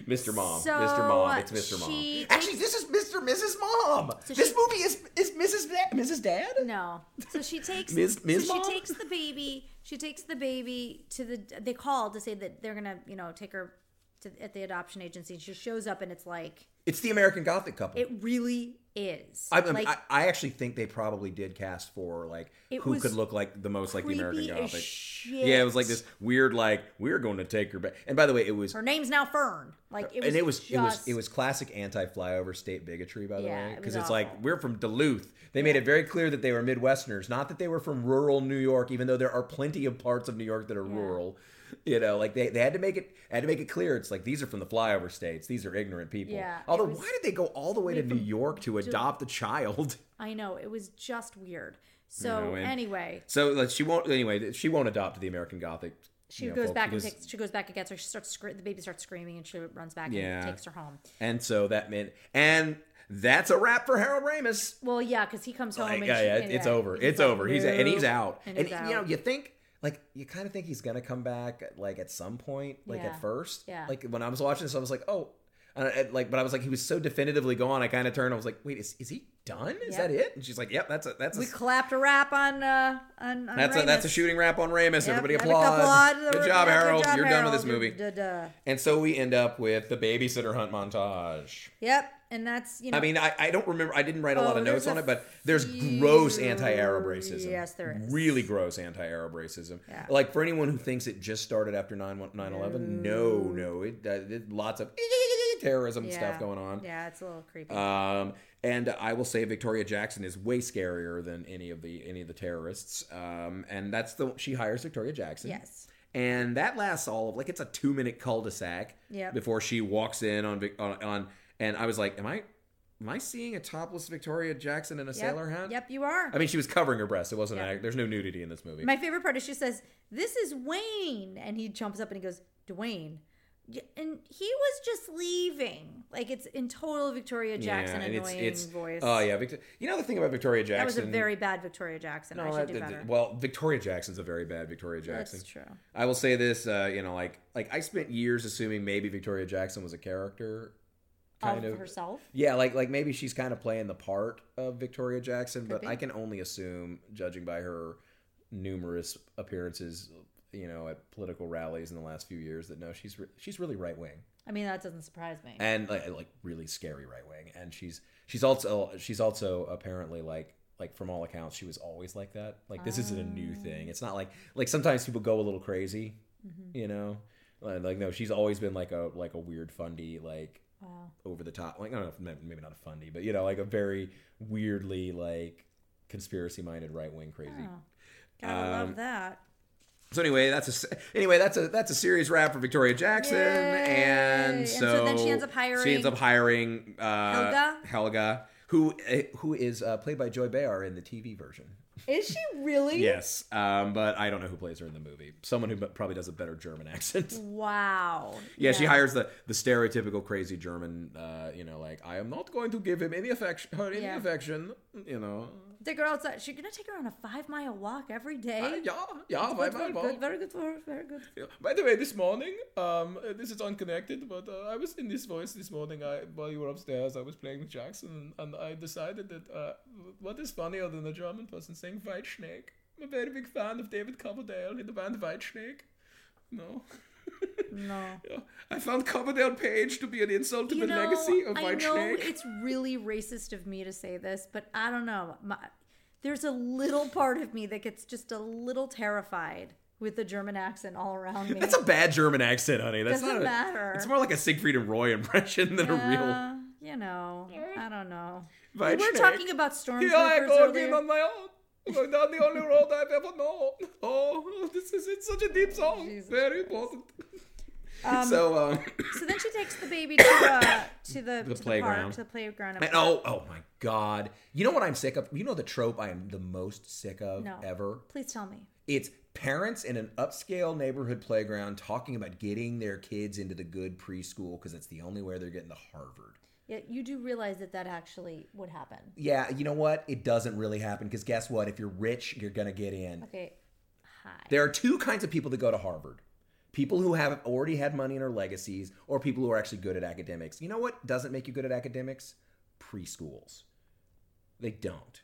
Speaker 1: Mr. Mom.
Speaker 2: So,
Speaker 1: Mr. Mom. It's Mr.
Speaker 2: she
Speaker 1: Mom. Actually, this is Mr. Mrs. Mom. this
Speaker 2: she-
Speaker 1: movie is is Mrs. Da- Mrs. Dad.
Speaker 2: No. So she takes
Speaker 1: Ms- Ms.
Speaker 2: so
Speaker 1: Mom?
Speaker 2: she takes the baby. She takes the baby to the they call to say that they're going to, you know, take her to at the adoption agency. She shows up and it's like
Speaker 1: It's the American Gothic couple.
Speaker 2: it really is.
Speaker 1: I, I-
Speaker 2: like
Speaker 1: I, I actually think they probably did cast for like
Speaker 2: It
Speaker 1: who
Speaker 2: was
Speaker 1: could look like the most like the American
Speaker 2: creepy as
Speaker 1: Gothic.
Speaker 2: shit.
Speaker 1: Yeah, it was like this weird like we're going to take her back. And by the way, it was
Speaker 2: her name's now Fern. Like it was
Speaker 1: and it was
Speaker 2: just,
Speaker 1: it was it was classic anti-flyover state bigotry by the
Speaker 2: Yeah,
Speaker 1: way
Speaker 2: it
Speaker 1: because
Speaker 2: was
Speaker 1: it's like
Speaker 2: awful.
Speaker 1: we're from Duluth. They made it very clear that they were Midwesterners, not that they were from rural New York. Even though there are plenty of parts of New York that are rural, you know, like they, they had to make it had to make it clear. It's like these are from the flyover states. These are ignorant people.
Speaker 2: Yeah, it
Speaker 1: Although
Speaker 2: was-
Speaker 1: why did they go all the way to New York to adopt a child?
Speaker 2: I know it was just weird. So
Speaker 1: know, and-
Speaker 2: anyway,
Speaker 1: So like, she won't. Anyway, she won't adopt the American Gothic.
Speaker 2: she
Speaker 1: you know,
Speaker 2: goes
Speaker 1: folk
Speaker 2: back and
Speaker 1: because-
Speaker 2: takes, she goes back and gets her. She starts scr- the baby starts screaming and she runs back
Speaker 1: Yeah.
Speaker 2: and takes her home.
Speaker 1: And so that meant, and that's a wrap for Harold Ramis.
Speaker 2: Well, yeah, because he comes home
Speaker 1: Like,
Speaker 2: Oh, and
Speaker 1: yeah,
Speaker 2: she-
Speaker 1: yeah,
Speaker 2: and,
Speaker 1: it's
Speaker 2: yeah,
Speaker 1: over.
Speaker 2: he's
Speaker 1: It's
Speaker 2: like,
Speaker 1: over. He's and he's
Speaker 2: "Nope."
Speaker 1: out.
Speaker 2: And
Speaker 1: And,
Speaker 2: he's
Speaker 1: you know,
Speaker 2: out.
Speaker 1: you think like you kind of think he's gonna come back like at some point, like
Speaker 2: Yeah.
Speaker 1: at first.
Speaker 2: Yeah.
Speaker 1: Like when I was watching this, I was like, oh, and I, and, like, but I was like, he was so definitively gone. I kind of turned. I was like, wait, is, is he done? Is
Speaker 2: Yep.
Speaker 1: that it? And she's like, yep, that's a that's
Speaker 2: We
Speaker 1: a.
Speaker 2: clapped a wrap on uh on, on
Speaker 1: That's a, that's a
Speaker 2: Ramis.
Speaker 1: shooting wrap on Ramis.
Speaker 2: Yep,
Speaker 1: Everybody
Speaker 2: yep,
Speaker 1: applaud.
Speaker 2: applaud.
Speaker 1: Good job,
Speaker 2: Yeah, good
Speaker 1: Harold.
Speaker 2: job,
Speaker 1: You're done with this
Speaker 2: Harold.
Speaker 1: movie.
Speaker 2: Duh, duh, duh.
Speaker 1: And so we end up with the babysitter hunt montage.
Speaker 2: Yep, and that's you know.
Speaker 1: I mean, I, I don't remember. I didn't write a lot
Speaker 2: Oh,
Speaker 1: of
Speaker 2: there's
Speaker 1: notes
Speaker 2: a
Speaker 1: on it, but there's gross
Speaker 2: few-
Speaker 1: anti-Arab racism.
Speaker 2: Yes, there is.
Speaker 1: Really gross anti-Arab racism.
Speaker 2: Yeah.
Speaker 1: Like for anyone who thinks it just started after 9-1- 9/11, no, no, it, uh, it lots of terrorism
Speaker 2: Mm. yeah.
Speaker 1: stuff going on.
Speaker 2: Yeah, it's a little creepy.
Speaker 1: Um, and I will say Victoria Jackson is way scarier than any of the any of the terrorists. Um, and that's the she hires Victoria Jackson.
Speaker 2: Yes.
Speaker 1: And that lasts all of like it's a two minute cul de sac.
Speaker 2: Yep.
Speaker 1: Before she walks in on Vic- on, on and I was like, am I am I seeing a topless Victoria Jackson in a
Speaker 2: yep.
Speaker 1: sailor hat?
Speaker 2: Yep, you are.
Speaker 1: I mean, she was covering her breasts. It wasn't. an act there's no nudity in this movie.
Speaker 2: My favorite part is she says, "This is Wayne," and he jumps up and he goes, "Dwayne." and he was just leaving. Like it's in total Victoria Jackson
Speaker 1: yeah, and
Speaker 2: annoying
Speaker 1: it's it's
Speaker 2: voice.
Speaker 1: oh yeah, Victor, you know the thing about Victoria
Speaker 2: that was
Speaker 1: Jackson.
Speaker 2: a very bad Victoria Jackson.
Speaker 1: No,
Speaker 2: I
Speaker 1: that-
Speaker 2: should do
Speaker 1: that-
Speaker 2: better.
Speaker 1: well, Victoria Jackson's a very bad Victoria Jackson.
Speaker 2: That's true.
Speaker 1: I will say this, uh, you know, like like I spent years assuming maybe Victoria Jackson was a character, kind
Speaker 2: of,
Speaker 1: of.
Speaker 2: herself.
Speaker 1: Yeah, like like maybe she's kind of playing the part of Victoria Jackson, but
Speaker 2: be.
Speaker 1: I can only assume, judging by her numerous appearances, you know, at political rallies in the last few years, that no, she's re- she's really right wing
Speaker 2: I mean, that doesn't surprise me.
Speaker 1: and like, like really scary right wing, and she's she's also she's also apparently like. Like from all accounts, she was always like that. Like this isn't a new thing. It's not like like sometimes people go a little crazy, you know. Like, like, no, she's always been like a like a weird fundy like
Speaker 2: Wow.
Speaker 1: over the top like I don't know if may- maybe not a fundy but you know like a very weirdly like conspiracy minded right wing crazy
Speaker 2: Oh. Gotta
Speaker 1: um,
Speaker 2: love that.
Speaker 1: so anyway that's a s- anyway that's a that's a series wrap for Victoria Jackson
Speaker 2: Yay!
Speaker 1: and
Speaker 2: And
Speaker 1: so,
Speaker 2: so then she ends up hiring-
Speaker 1: she ends up hiring uh,
Speaker 2: Helga?
Speaker 1: Helga who eh, who is uh, played by Joy Behar in the TV version
Speaker 2: Is she really?
Speaker 1: yes um, but I don't know who plays her in the movie someone who probably does a better German accent
Speaker 2: Wow.
Speaker 1: Yeah, she hires the the stereotypical crazy German. Uh, you know, like I am not going to give him any affection, her any
Speaker 2: Yeah.
Speaker 1: affection. You know,
Speaker 2: Take her outside. She's gonna take her on a five mile walk every day.
Speaker 1: I- yeah, yeah. By,
Speaker 2: Good, very
Speaker 1: by,
Speaker 2: good, very good for her. Very good.
Speaker 1: by the way, this morning, um, uh, this is unconnected, but uh, I was in this voice this morning. I while you were upstairs, I was playing with Jackson, and I decided that uh, what is funnier than a German person saying White Snake? I'm a very big fan of David Coverdale in the band White Snake. No.
Speaker 2: No.
Speaker 1: Yeah. I found Coverdale Page to be an insult to
Speaker 2: you
Speaker 1: the
Speaker 2: know,
Speaker 1: legacy of
Speaker 2: I
Speaker 1: White
Speaker 2: know
Speaker 1: Snake.
Speaker 2: it's really racist of me to say this, but I don't know. My, there's a little part of me that gets just a little terrified with the German accent all around me.
Speaker 1: That's a bad German accent, honey. That's
Speaker 2: Doesn't
Speaker 1: not a,
Speaker 2: matter.
Speaker 1: It's more like a Siegfried and Roy impression than a real.
Speaker 2: Uh, you know, I don't know.
Speaker 1: By
Speaker 2: we were
Speaker 1: Snake.
Speaker 2: talking about stormtroopers
Speaker 1: Here I go again
Speaker 2: earlier.
Speaker 1: on my own. Going down the only road I've ever known. Oh, this is it's such a deep song.
Speaker 2: Oh, Jesus
Speaker 1: Very important. so, um,
Speaker 2: so then she takes the baby to, uh, to the, to The
Speaker 1: playground.
Speaker 2: park, to the playground.
Speaker 1: and oh, oh my God! You know what I'm sick of? You know the trope I am the most sick of
Speaker 2: No.
Speaker 1: ever.
Speaker 2: Please tell me.
Speaker 1: It's parents in an upscale neighborhood playground talking about getting their kids into the good preschool because it's the only way they're getting to Harvard.
Speaker 2: Yeah, you do realize that that actually would happen.
Speaker 1: Yeah, you know what? It doesn't really happen because guess what? If you're rich, you're going to get in.
Speaker 2: Okay. Hi.
Speaker 1: There are two kinds of people that go to Harvard people who have already had money in their legacies, or people who are actually good at academics. You know what doesn't make you good at academics? Preschools. They don't.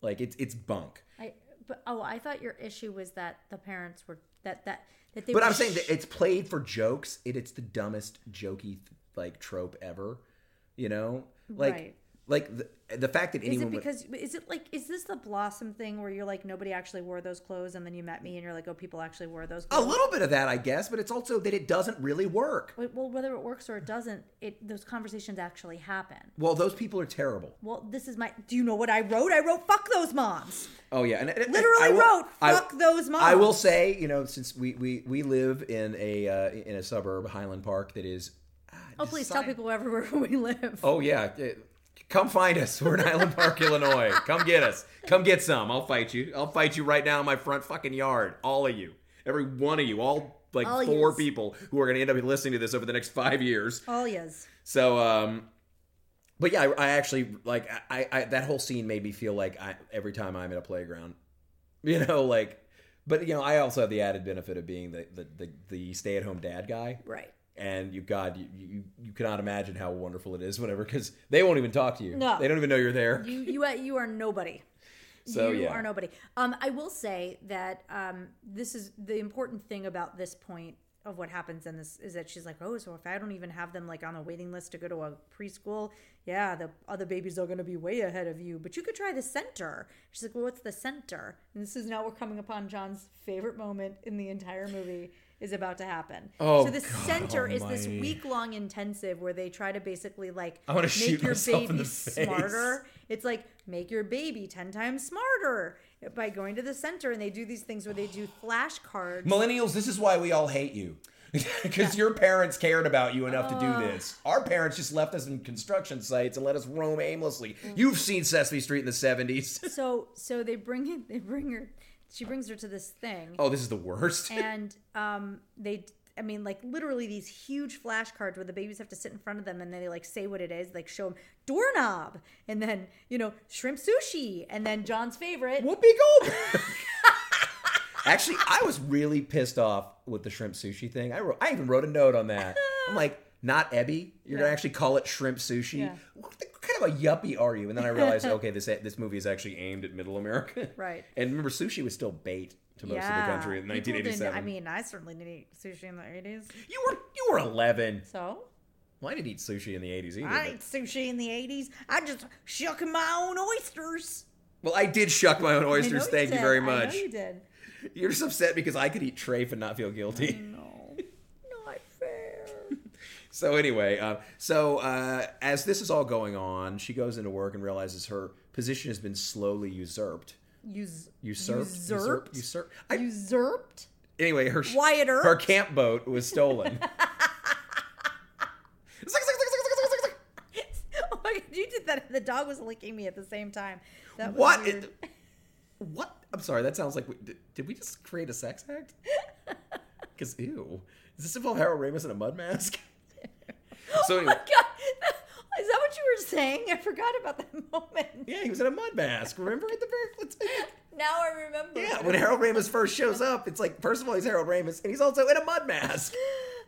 Speaker 1: Like, it's, it's bunk.
Speaker 2: I but oh, I thought your issue was that the parents were that that that they.
Speaker 1: But
Speaker 2: were
Speaker 1: I'm saying
Speaker 2: sh-
Speaker 1: that it's played for jokes. It, it's the dumbest jokey like trope ever. You know, like
Speaker 2: Right.
Speaker 1: like the, the fact that
Speaker 2: Is
Speaker 1: anyone
Speaker 2: it
Speaker 1: would-
Speaker 2: because is it like is this the blossom thing where you're like nobody actually wore those clothes and then you met me and you're like oh people actually wore those
Speaker 1: a
Speaker 2: clothes.
Speaker 1: little bit of that, I guess, but it's also that it doesn't really work.
Speaker 2: Wait, well whether it works or it doesn't it those conversations actually happen.
Speaker 1: Well, those people are terrible.
Speaker 2: Well, this is my. Do you know what I wrote? I wrote "fuck those moms."
Speaker 1: Oh yeah, and, and- and
Speaker 2: Literally
Speaker 1: I will-
Speaker 2: wrote
Speaker 1: I-
Speaker 2: "fuck those moms."
Speaker 1: I will say, you know, since we we, we live in a uh, in a suburb, Highland Park, that is. ah,
Speaker 2: Oh,
Speaker 1: just
Speaker 2: please
Speaker 1: si-
Speaker 2: tell people everywhere we live.
Speaker 1: Oh yeah, eh, come find us. We're in Highland Park, Illinois. Come get us. Come get some. I'll fight you. I'll fight you right now in my front fucking yard. All of you, every one of you, all like
Speaker 2: All
Speaker 1: four
Speaker 2: yous.
Speaker 1: people who are going to end up listening to this over the next five years.
Speaker 2: All yes.
Speaker 1: So, um, but yeah, I, I actually like I, I that whole scene made me feel like I every time I'm at a playground, you know, like. But you know, I also have the added benefit of being the the, the, the stay at home dad guy,
Speaker 2: Right.
Speaker 1: and you God, you, you you cannot imagine how wonderful it is whenever because they won't even talk to you.
Speaker 2: No.
Speaker 1: they don't even know you're there.
Speaker 2: You you you are nobody.
Speaker 1: So,
Speaker 2: you
Speaker 1: yeah.
Speaker 2: are nobody. Um, I will say that um, this is the important thing about this point of what happens in this is that she's like, oh, so if I don't even have them like on a waiting list to go to a preschool, yeah, the other babies are going to be way ahead of you. But you could try the center. She's like, well, what's the center? And this is now we're coming upon John's favorite moment in the entire movie is about to happen.
Speaker 1: Oh,
Speaker 2: so the
Speaker 1: God
Speaker 2: center is
Speaker 1: almighty.
Speaker 2: this week long intensive where they try to basically like
Speaker 1: I wanna
Speaker 2: make
Speaker 1: shoot
Speaker 2: your
Speaker 1: myself
Speaker 2: baby
Speaker 1: in the face.
Speaker 2: smarter it's like make your baby 10 times smarter by going to the center and they do these things where they do flashcards
Speaker 1: Millennials, this is why we all hate you. Because your parents cared about you enough to do this. Our parents just left us in construction sites and let us roam aimlessly. You've seen Sesame Street in the 70s.
Speaker 2: so so they bring it they bring her she brings her to this thing
Speaker 1: Oh, this is the worst.
Speaker 2: and um they I mean, like literally these huge flashcards where the babies have to sit in front of them and then they like say what it is, like show them doorknob, and then you know shrimp sushi, and then John's favorite.
Speaker 1: Whoopi Goldberg. Actually, I was really pissed off with the shrimp sushi thing. I wrote, I even wrote a note on that. I'm like, not Ebby. You're gonna
Speaker 2: Yeah.
Speaker 1: actually call it shrimp sushi.
Speaker 2: Yeah.
Speaker 1: What, the, what kind of a yuppie are you? And then I realized, okay, this this movie is actually aimed at Middle America.
Speaker 2: Right.
Speaker 1: And remember, sushi was still bait to most of the country in
Speaker 2: People didn't-
Speaker 1: 1987.
Speaker 2: I mean, I certainly didn't eat sushi in the eighties.
Speaker 1: you were you were 11.
Speaker 2: So
Speaker 1: Well, I didn't eat sushi in the 80s either.
Speaker 2: I
Speaker 1: but-
Speaker 2: ate sushi in the eighties. I just shuck my own oysters.
Speaker 1: Well, I did shuck my own
Speaker 2: I know
Speaker 1: oysters. Thank you
Speaker 2: did.
Speaker 1: very
Speaker 2: I
Speaker 1: much.
Speaker 2: know you did.
Speaker 1: You're just upset because I could eat trafe and not feel guilty.
Speaker 2: Mm. No, not fair.
Speaker 1: So anyway, uh, so uh, as this is all going on, she goes into work and realizes her position has been slowly usurped.
Speaker 2: Us-
Speaker 1: Usurped.
Speaker 2: Usurped.
Speaker 1: Usurped. I,
Speaker 2: Usurped.
Speaker 1: anyway, her sh-
Speaker 2: Wyatt Earp.
Speaker 1: her camp boat was stolen.
Speaker 2: oh my god, you did that. The dog was licking me at the same time. That was
Speaker 1: what?
Speaker 2: weird.
Speaker 1: It- what? I'm sorry. That sounds like. we- Did, did we just create a sex act? Because ew. Does this involve Harold Ramis in a mud mask? so
Speaker 2: Oh my
Speaker 1: anyway,
Speaker 2: god, is that what you were saying? I forgot about that moment.
Speaker 1: yeah, he was in a mud mask. Remember at the very.
Speaker 2: Now I remember.
Speaker 1: Yeah, when Harold Ramis first shows up, it's like first of all he's Harold Ramis, and he's also in a mud mask.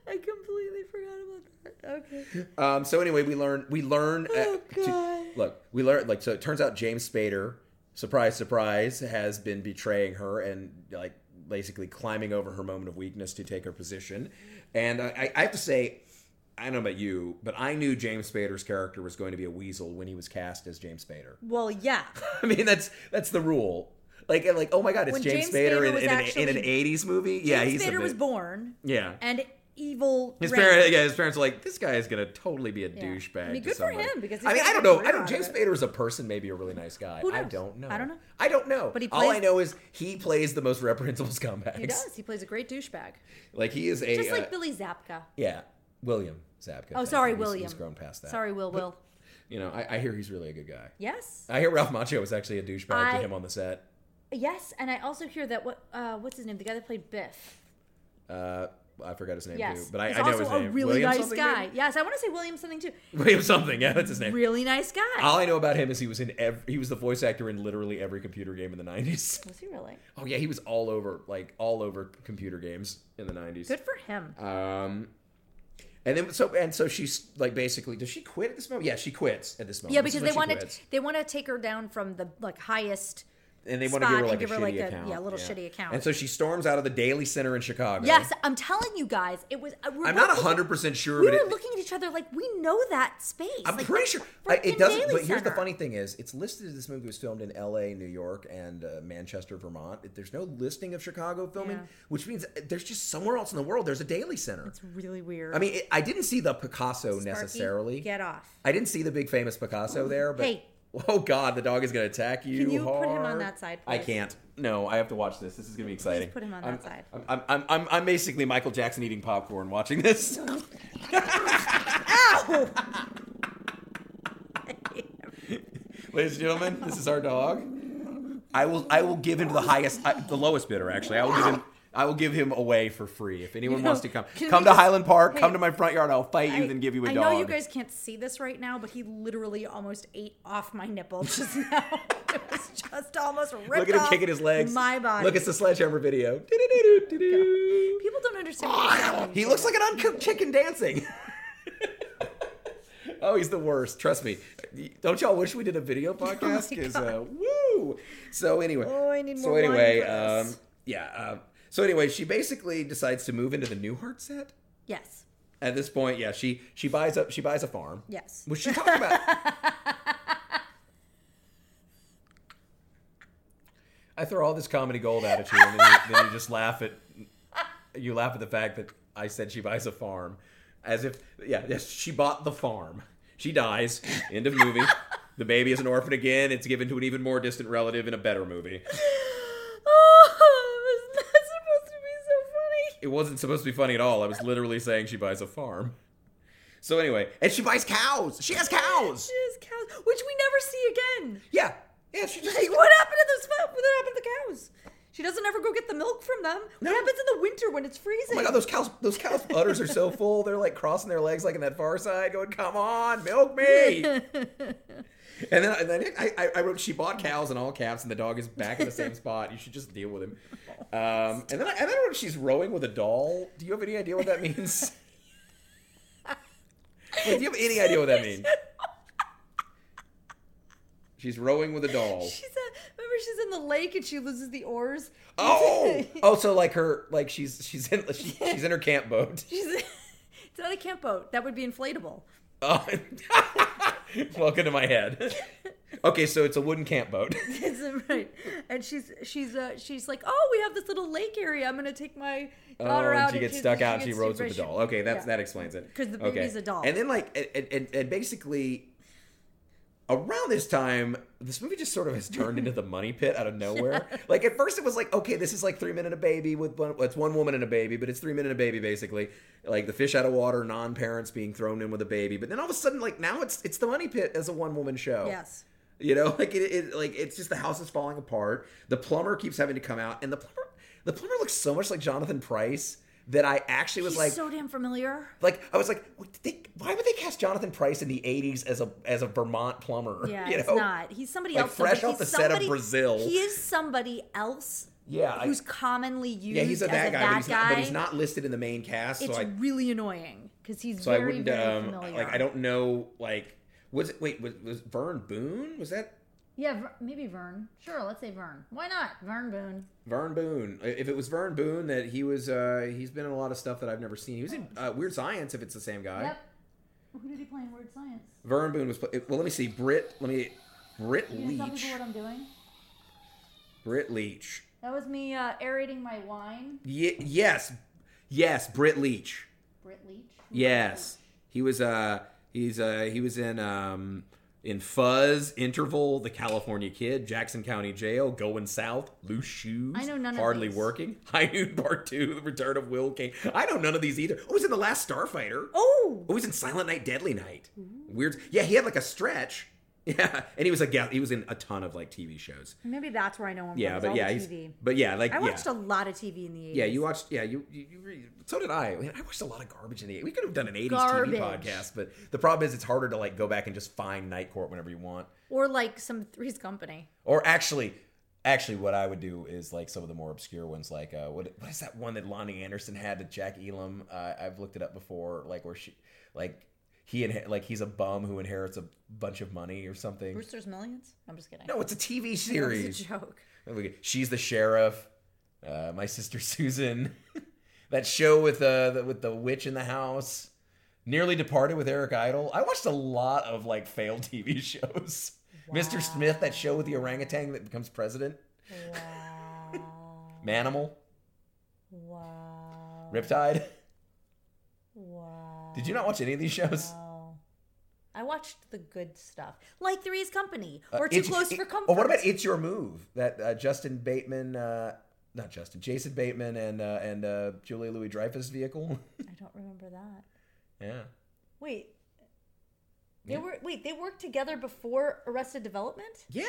Speaker 2: I completely forgot about that. Okay.
Speaker 1: Um, so anyway, we learn we learn. uh,
Speaker 2: Oh,
Speaker 1: to-
Speaker 2: God.
Speaker 1: look, we learn like so. It turns out James Spader, surprise, surprise, has been betraying her and like basically climbing over her moment of weakness to take her position. And I, I have to say, I don't know about you, but I knew James Spader's character was going to be a weasel when he was cast as James Spader.
Speaker 2: Well, yeah.
Speaker 1: I mean, that's that's the rule. Like, like oh my God, it's
Speaker 2: When
Speaker 1: James,
Speaker 2: James
Speaker 1: Spader,
Speaker 2: Spader
Speaker 1: in,
Speaker 2: was
Speaker 1: in, an, in
Speaker 2: actually-
Speaker 1: an '80s movie. Yeah,
Speaker 2: James
Speaker 1: he's a
Speaker 2: Spader was
Speaker 1: bit-
Speaker 2: born
Speaker 1: Yeah,
Speaker 2: and evil.
Speaker 1: His
Speaker 2: ran.
Speaker 1: parents, yeah, his parents are like, this guy is gonna totally be a
Speaker 2: Yeah.
Speaker 1: douchebag.
Speaker 2: I mean,
Speaker 1: to
Speaker 2: good for
Speaker 1: somebody."
Speaker 2: him, because he's
Speaker 1: I mean,
Speaker 2: got
Speaker 1: I
Speaker 2: a
Speaker 1: don't
Speaker 2: good
Speaker 1: know. I
Speaker 2: career
Speaker 1: don't.
Speaker 2: out
Speaker 1: James
Speaker 2: of
Speaker 1: Spader is a person, maybe a really nice guy.
Speaker 2: Who
Speaker 1: I
Speaker 2: knows?
Speaker 1: don't know.
Speaker 2: I don't know.
Speaker 1: I don't know. But
Speaker 2: he
Speaker 1: all
Speaker 2: plays-
Speaker 1: I know is he plays the most reprehensible scumbags.
Speaker 2: He does. He plays a great douchebag,
Speaker 1: Like he is a
Speaker 2: just like
Speaker 1: uh,
Speaker 2: Billy Zabka.
Speaker 1: yeah, William Zabka.
Speaker 2: Oh,
Speaker 1: thank
Speaker 2: sorry,
Speaker 1: you. He's-
Speaker 2: William.
Speaker 1: He's grown past that.
Speaker 2: Sorry, Will. Will.
Speaker 1: You know, I, I hear he's really a good guy.
Speaker 2: Yes.
Speaker 1: I hear Ralph Macchio was actually a douchebag to
Speaker 2: I-
Speaker 1: him on the set.
Speaker 2: Yes, and I also hear that what uh, what's his name? The guy that played Biff.
Speaker 1: Uh, I forgot his name
Speaker 2: Yes,
Speaker 1: too, but I,
Speaker 2: he's
Speaker 1: I know
Speaker 2: also
Speaker 1: his
Speaker 2: a
Speaker 1: name.
Speaker 2: really
Speaker 1: William
Speaker 2: nice
Speaker 1: something,
Speaker 2: guy.
Speaker 1: maybe?
Speaker 2: Yes, I want to say William something too.
Speaker 1: William something. Yeah, that's his name.
Speaker 2: Really nice guy.
Speaker 1: All I know about him is he was in ev he was the voice actor in literally every computer game in the 90s.
Speaker 2: Was he really
Speaker 1: Oh yeah, he was all over like all over computer games in the 90s.
Speaker 2: good for him?
Speaker 1: Um and then so and so she's like basically does she quit at this moment? Yeah, she quits at this moment.
Speaker 2: Yeah,
Speaker 1: This is
Speaker 2: because
Speaker 1: when
Speaker 2: they
Speaker 1: she
Speaker 2: want to
Speaker 1: quits.
Speaker 2: they want to take her down from the like highest.
Speaker 1: and they want to give
Speaker 2: spot
Speaker 1: her
Speaker 2: and
Speaker 1: like
Speaker 2: give
Speaker 1: a
Speaker 2: her,
Speaker 1: shitty
Speaker 2: like, a-
Speaker 1: account.
Speaker 2: yeah, a little shitty account.
Speaker 1: And so she storms out of the Daily Center in Chicago.
Speaker 2: Yes, I'm telling you guys, it was. uh, We're
Speaker 1: I'm not
Speaker 2: looking-
Speaker 1: 100% sure
Speaker 2: We
Speaker 1: but
Speaker 2: were
Speaker 1: it,
Speaker 2: looking at each other like we know that space.
Speaker 1: I'm
Speaker 2: Like,
Speaker 1: pretty
Speaker 2: the
Speaker 1: sure I- it
Speaker 2: freaking
Speaker 1: doesn't.
Speaker 2: Daily
Speaker 1: but here's the
Speaker 2: Center.
Speaker 1: funny thing: is it's listed as this movie was filmed in L.A., New York, and uh, Manchester, Vermont. There's no listing of Chicago filming,
Speaker 2: Yeah.
Speaker 1: which means there's just somewhere else in the world there's a Daily Center.
Speaker 2: It's really weird.
Speaker 1: I mean, it, I didn't see the Picasso
Speaker 2: Sparky,
Speaker 1: necessarily.
Speaker 2: get off.
Speaker 1: I didn't see the big famous Picasso there, but
Speaker 2: Hey.
Speaker 1: oh god, the dog is gonna attack you.
Speaker 2: Can you put him on
Speaker 1: hard.
Speaker 2: that side,
Speaker 1: I
Speaker 2: please?
Speaker 1: can't. No, I have to watch this. This is gonna be exciting.
Speaker 2: put him on
Speaker 1: I'm-
Speaker 2: that side.
Speaker 1: I'm, I'm, I'm, I'm, I'm basically Michael Jackson eating popcorn watching this. Ladies and gentlemen, this is our dog. I will I will give him the highest I, the lowest bidder actually. I will give him I will give him away for free if anyone
Speaker 2: You know,
Speaker 1: wants to come.
Speaker 2: can
Speaker 1: Come
Speaker 2: we
Speaker 1: to
Speaker 2: just-
Speaker 1: Highland Park,
Speaker 2: hey,
Speaker 1: come to my front yard, I'll fight you
Speaker 2: I-
Speaker 1: then give you a
Speaker 2: I
Speaker 1: dog.
Speaker 2: know you guys can't see this right now, but he literally almost ate off my nipple just now. it was just almost ripped
Speaker 1: Look at him
Speaker 2: off
Speaker 1: kicking his legs.
Speaker 2: My body.
Speaker 1: Look, it's the sledgehammer video. Do-do-do-do-do-do.
Speaker 2: People don't understand. What happening
Speaker 1: He
Speaker 2: to
Speaker 1: looks
Speaker 2: me.
Speaker 1: like an uncooked chicken dancing. oh, he's the worst. Trust me. Don't y'all wish we did a video podcast?
Speaker 2: Oh my
Speaker 1: 'Cause,
Speaker 2: God.
Speaker 1: uh, woo. So anyway.
Speaker 2: Oh, I need
Speaker 1: so
Speaker 2: more wine
Speaker 1: anyway,
Speaker 2: for this.
Speaker 1: um, yeah. Um, so anyway, she basically decides to move into the Newhart set.
Speaker 2: yes.
Speaker 1: At this point, yeah, she she buys up she buys a farm.
Speaker 2: Yes.
Speaker 1: Was she talking about? I throw all this comedy gold out at you, and then you, then you just laugh at you laugh at the fact that I said she buys a farm, as if yeah, yes, she bought the farm. She dies. End of movie. the baby is an orphan again. It's given to an even more distant relative in a better movie.
Speaker 2: Oh, it was not supposed to be so funny.
Speaker 1: It wasn't supposed to be funny at all. I was literally saying she buys a farm. So anyway, and she buys cows. She has cows.
Speaker 2: She has cows, which we never see again.
Speaker 1: Yeah, yeah. She just oh
Speaker 2: Like, what happened to those? What happened to the cows? She doesn't ever go get the milk from them. What happens in the winter when it's freezing?
Speaker 1: Oh my god, those cows! Those cows' udders are so full. They're like crossing their legs, like in that Far Side, going, "Come on, milk me!" and then, and then I, I, I wrote, "She bought cows in all caps, and the dog is back in the same spot. You should just deal with him." Um, and then, I, and then I wrote, "She's rowing with a doll." Do you have any idea what that means? Wait, do you have any idea what that means? She's rowing with a doll.
Speaker 2: She's a, remember she's in the lake and she loses the oars.
Speaker 1: Oh, oh, so like her, like she's she's in she, she's in her camp boat.
Speaker 2: She's it's not a camp boat. That would be inflatable.
Speaker 1: Oh. Welcome to my head. Okay, so it's a wooden camp boat.
Speaker 2: It's uh, right. And she's she's uh, she's like, oh, we have this little lake area. I'm gonna take my daughter
Speaker 1: Oh, and
Speaker 2: out.
Speaker 1: she gets stuck out. She rolls with a doll. Okay, that's
Speaker 2: yeah.
Speaker 1: that explains it.
Speaker 2: 'Cause the
Speaker 1: Okay.
Speaker 2: baby's a doll.
Speaker 1: And then like and- and, and, and basically around this time, this movie just sort of has turned into the money pit out of nowhere. like at first it was like, okay, this is like three men and a baby with one it's one woman and a baby, but it's three men and a baby basically. Like the fish out of water, non parents being thrown in with a baby. But then all of a sudden, like now it's it's the money pit as a one woman show.
Speaker 2: Yes.
Speaker 1: You know, like it, it, like it's just the house is falling apart. The plumber keeps having to come out, and the plumber, the plumber looks so much like Jonathan Price that I actually was
Speaker 2: She's
Speaker 1: like,
Speaker 2: so damn familiar.
Speaker 1: like I was like, what did they, why would they cast Jonathan Price in the '80s as a as a Vermont plumber?
Speaker 2: Yeah,
Speaker 1: you
Speaker 2: it's
Speaker 1: know?
Speaker 2: not. He's somebody
Speaker 1: Like,
Speaker 2: else.
Speaker 1: fresh
Speaker 2: but
Speaker 1: off the
Speaker 2: he's
Speaker 1: set of
Speaker 2: somebody-
Speaker 1: Brazil.
Speaker 2: He is somebody else.
Speaker 1: Yeah, I-
Speaker 2: who's commonly used.
Speaker 1: Yeah, he's a
Speaker 2: as
Speaker 1: that
Speaker 2: a
Speaker 1: guy,
Speaker 2: that
Speaker 1: but, he's Not,
Speaker 2: guy.
Speaker 1: but he's not listed in the main cast.
Speaker 2: It's
Speaker 1: so I
Speaker 2: really annoying because he's
Speaker 1: so I
Speaker 2: very
Speaker 1: wouldn't
Speaker 2: very
Speaker 1: um
Speaker 2: familiar.
Speaker 1: like I don't know like was it wait was, was Vern Boone was that
Speaker 2: Yeah, Ver- maybe Vern. Sure, let's say Vern. Why not Vern Boone?
Speaker 1: Vern Boone. If it was Vern Boone, that he was, uh, he's been in a lot of stuff that I've never seen. He was in uh, Weird Science. If it's the same guy,
Speaker 2: Yep. Who did he play in Word Science?
Speaker 1: Vern Boone was. pla- Well, let me see. Brit. Let me. Brit
Speaker 2: Can you tell people
Speaker 1: Leach.
Speaker 2: what I'm doing?
Speaker 1: Brit Leach.
Speaker 2: That was me uh, aerating my wine.
Speaker 1: Ye- yes, yes. Brit Leach.
Speaker 2: Britt Leach.
Speaker 1: Yes, he was. Uh, he's. Uh, he was in. Um, in Fuzz, Interval, The California Kid, Jackson County Jail, Going South, Loose Shoes,
Speaker 2: I know none of
Speaker 1: Hardly
Speaker 2: these.
Speaker 1: Working, High Noon Part Two, The Return of Will Kane. I know none of these either. Oh, he was in The Last Starfighter.
Speaker 2: Oh,
Speaker 1: Oh, he's in Silent Night, Deadly Night. Weird. Yeah, he had like a stretch. Yeah, and he was like, yeah, he was in a ton of like TV shows.
Speaker 2: maybe that's where I know him
Speaker 1: Yeah,
Speaker 2: from. is
Speaker 1: but
Speaker 2: all
Speaker 1: yeah,
Speaker 2: the
Speaker 1: he's,
Speaker 2: TV.
Speaker 1: but yeah, like
Speaker 2: I watched
Speaker 1: yeah.
Speaker 2: a lot of TV in the 80s.
Speaker 1: yeah, you watched. Yeah, you. you, you re- so did I. I, mean, I watched a lot of garbage in the. We could have done an '80s TV
Speaker 2: Garbage.
Speaker 1: podcast, but the problem is it's harder to like go back and just find Night Court whenever you want.
Speaker 2: Or like some Three's Company.
Speaker 1: Or actually, actually, what I would do is like some of the more obscure ones, like uh, what what is that one that Lonnie Anderson had with Jack Elam? Uh, I've looked it up before, like where she, like he inhe- like he's a bum who inherits a bunch of money or something.
Speaker 2: Brewster's Millions? I'm just kidding.
Speaker 1: no, it's a TV
Speaker 2: That was a
Speaker 1: series.
Speaker 2: joke.
Speaker 1: She's the sheriff. Uh, my sister Susan. that show with uh, the with the witch in the house. Nearly Departed with Eric Idle. I watched a lot of like failed TV shows. Mr. Smith, that show with the orangutan that becomes president.
Speaker 2: Wow.
Speaker 1: Manimal,
Speaker 2: wow.
Speaker 1: Riptide.
Speaker 2: Wow.
Speaker 1: Did you not watch any of these shows?
Speaker 2: Wow. I watched the good stuff, like Three's Company or
Speaker 1: Uh,
Speaker 2: Too
Speaker 1: It's-
Speaker 2: Close
Speaker 1: it-
Speaker 2: for
Speaker 1: Oh,
Speaker 2: Comfort.
Speaker 1: what about It's Your Move? That uh, Justin Bateman, uh, not Justin, Jason Bateman and uh, and uh, Julia Louis Dreyfus vehicle.
Speaker 2: I don't remember that.
Speaker 1: yeah.
Speaker 2: Wait, they
Speaker 1: Yeah.
Speaker 2: were wait they worked together before Arrested Development.
Speaker 1: Yeah.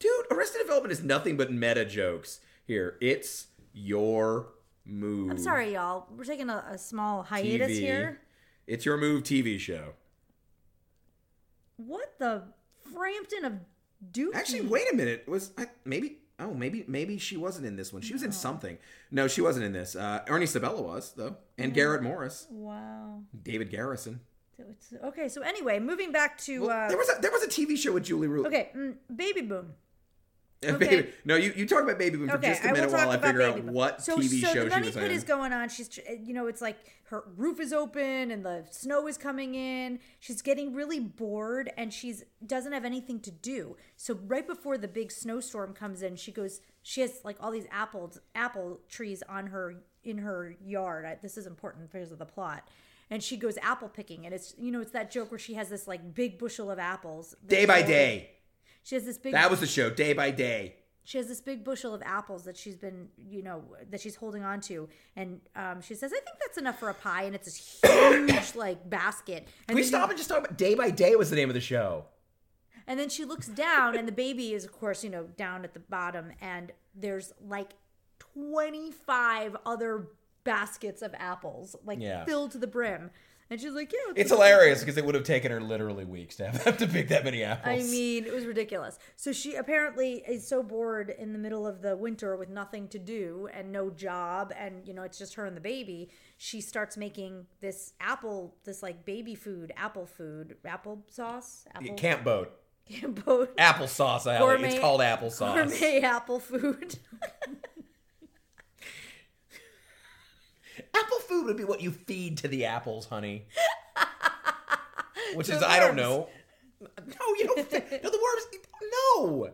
Speaker 1: Dude, Arrested Development is nothing but meta jokes. Here, it's your move.
Speaker 2: I'm sorry, y'all. We're taking a, a small hiatus
Speaker 1: TV.
Speaker 2: here.
Speaker 1: It's your move TV show.
Speaker 2: What the Frampton of Duke?
Speaker 1: Actually, wait a minute. Was I, maybe? Oh, maybe maybe she wasn't in this one. She was in something. No, she wasn't in this. Uh, Ernie Sabella was though,
Speaker 2: Hmm.
Speaker 1: and Garrett Morris,
Speaker 2: Wow.
Speaker 1: David Garrison.
Speaker 2: So it's- Okay, so anyway, moving back to
Speaker 1: Well,
Speaker 2: uh,
Speaker 1: there was a there was a TV show with Julie Rule.
Speaker 2: okay, mm, Baby Boom. okay.
Speaker 1: Baby, no, you, you talk about Baby Boom for just a
Speaker 2: I will
Speaker 1: minute
Speaker 2: talk
Speaker 1: while I
Speaker 2: about
Speaker 1: figure out
Speaker 2: Baby Boom.
Speaker 1: what
Speaker 2: so,
Speaker 1: TV
Speaker 2: so
Speaker 1: show she
Speaker 2: the money
Speaker 1: was
Speaker 2: pit
Speaker 1: on.
Speaker 2: is going on. She's tr- you know it's like her roof is open and the snow is coming in. She's getting really bored and she's doesn't have anything to do. So right before the big snowstorm comes in, she goes. She has like all these apples apple trees on her in her yard. I, this is important because of the plot. And she goes apple picking, and it's you know it's that joke where she has this like big bushel of apples. that
Speaker 1: day
Speaker 2: she
Speaker 1: by
Speaker 2: always-
Speaker 1: day.
Speaker 2: She has this big
Speaker 1: That was the show. Day by day.
Speaker 2: she has this big bushel of apples that she's been you know that she's holding on to and um, she says i think that's enough for a pie and it's this huge like basket and,
Speaker 1: Can we
Speaker 2: then
Speaker 1: stop and just talk about Day by Day was the name of the show.
Speaker 2: and then she looks down and the baby is of course you know down at the bottom and there's like 25 other baskets of apples, like
Speaker 1: Yeah.
Speaker 2: filled to the brim. And she's like, yeah,
Speaker 1: It's hilarious because it would have taken her literally weeks to have to pick that many
Speaker 2: I
Speaker 1: apples.
Speaker 2: mean, it was ridiculous. So she apparently is so bored in the middle of the winter with nothing to do and no job, and you know it's just her and the baby. She starts making this apple, this like baby food, apple food, apple sauce, apple
Speaker 1: Camp boat.
Speaker 2: Cambo-
Speaker 1: Applesauce, Allie.
Speaker 2: Gourmet-
Speaker 1: it's called applesauce.
Speaker 2: gourmet apple food.
Speaker 1: Apple food would be what you feed to the apples, honey. Which is, I don't
Speaker 2: worms.
Speaker 1: know. No, you don't. feed- no, the worms. eat- No.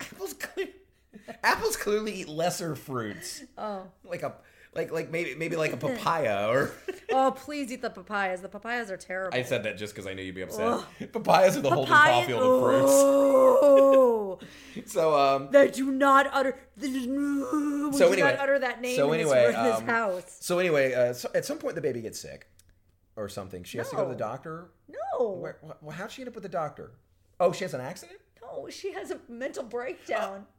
Speaker 1: Apples. Cle- apples clearly eat lesser fruits,
Speaker 2: oh,
Speaker 1: like a like like maybe maybe like a papaya or.
Speaker 2: oh, please eat the papayas. The papayas are terrible.
Speaker 1: I said that just because I knew you'd be upset. Papayas are the Holden
Speaker 2: Papaya-
Speaker 1: Caulfield of fruits.
Speaker 2: Oh,
Speaker 1: So um.
Speaker 2: they do not utter. We do
Speaker 1: anyway-
Speaker 2: not utter that name
Speaker 1: so
Speaker 2: in this-
Speaker 1: anyway,
Speaker 2: in this
Speaker 1: um,
Speaker 2: house.
Speaker 1: So anyway, uh, so at some point the baby gets sick, or something. She has to go to the
Speaker 2: No.
Speaker 1: doctor.
Speaker 2: No.
Speaker 1: Where, wh- how'd she end up with the doctor? Oh, she has an accident.
Speaker 2: No, she has a mental breakdown.
Speaker 1: Uh,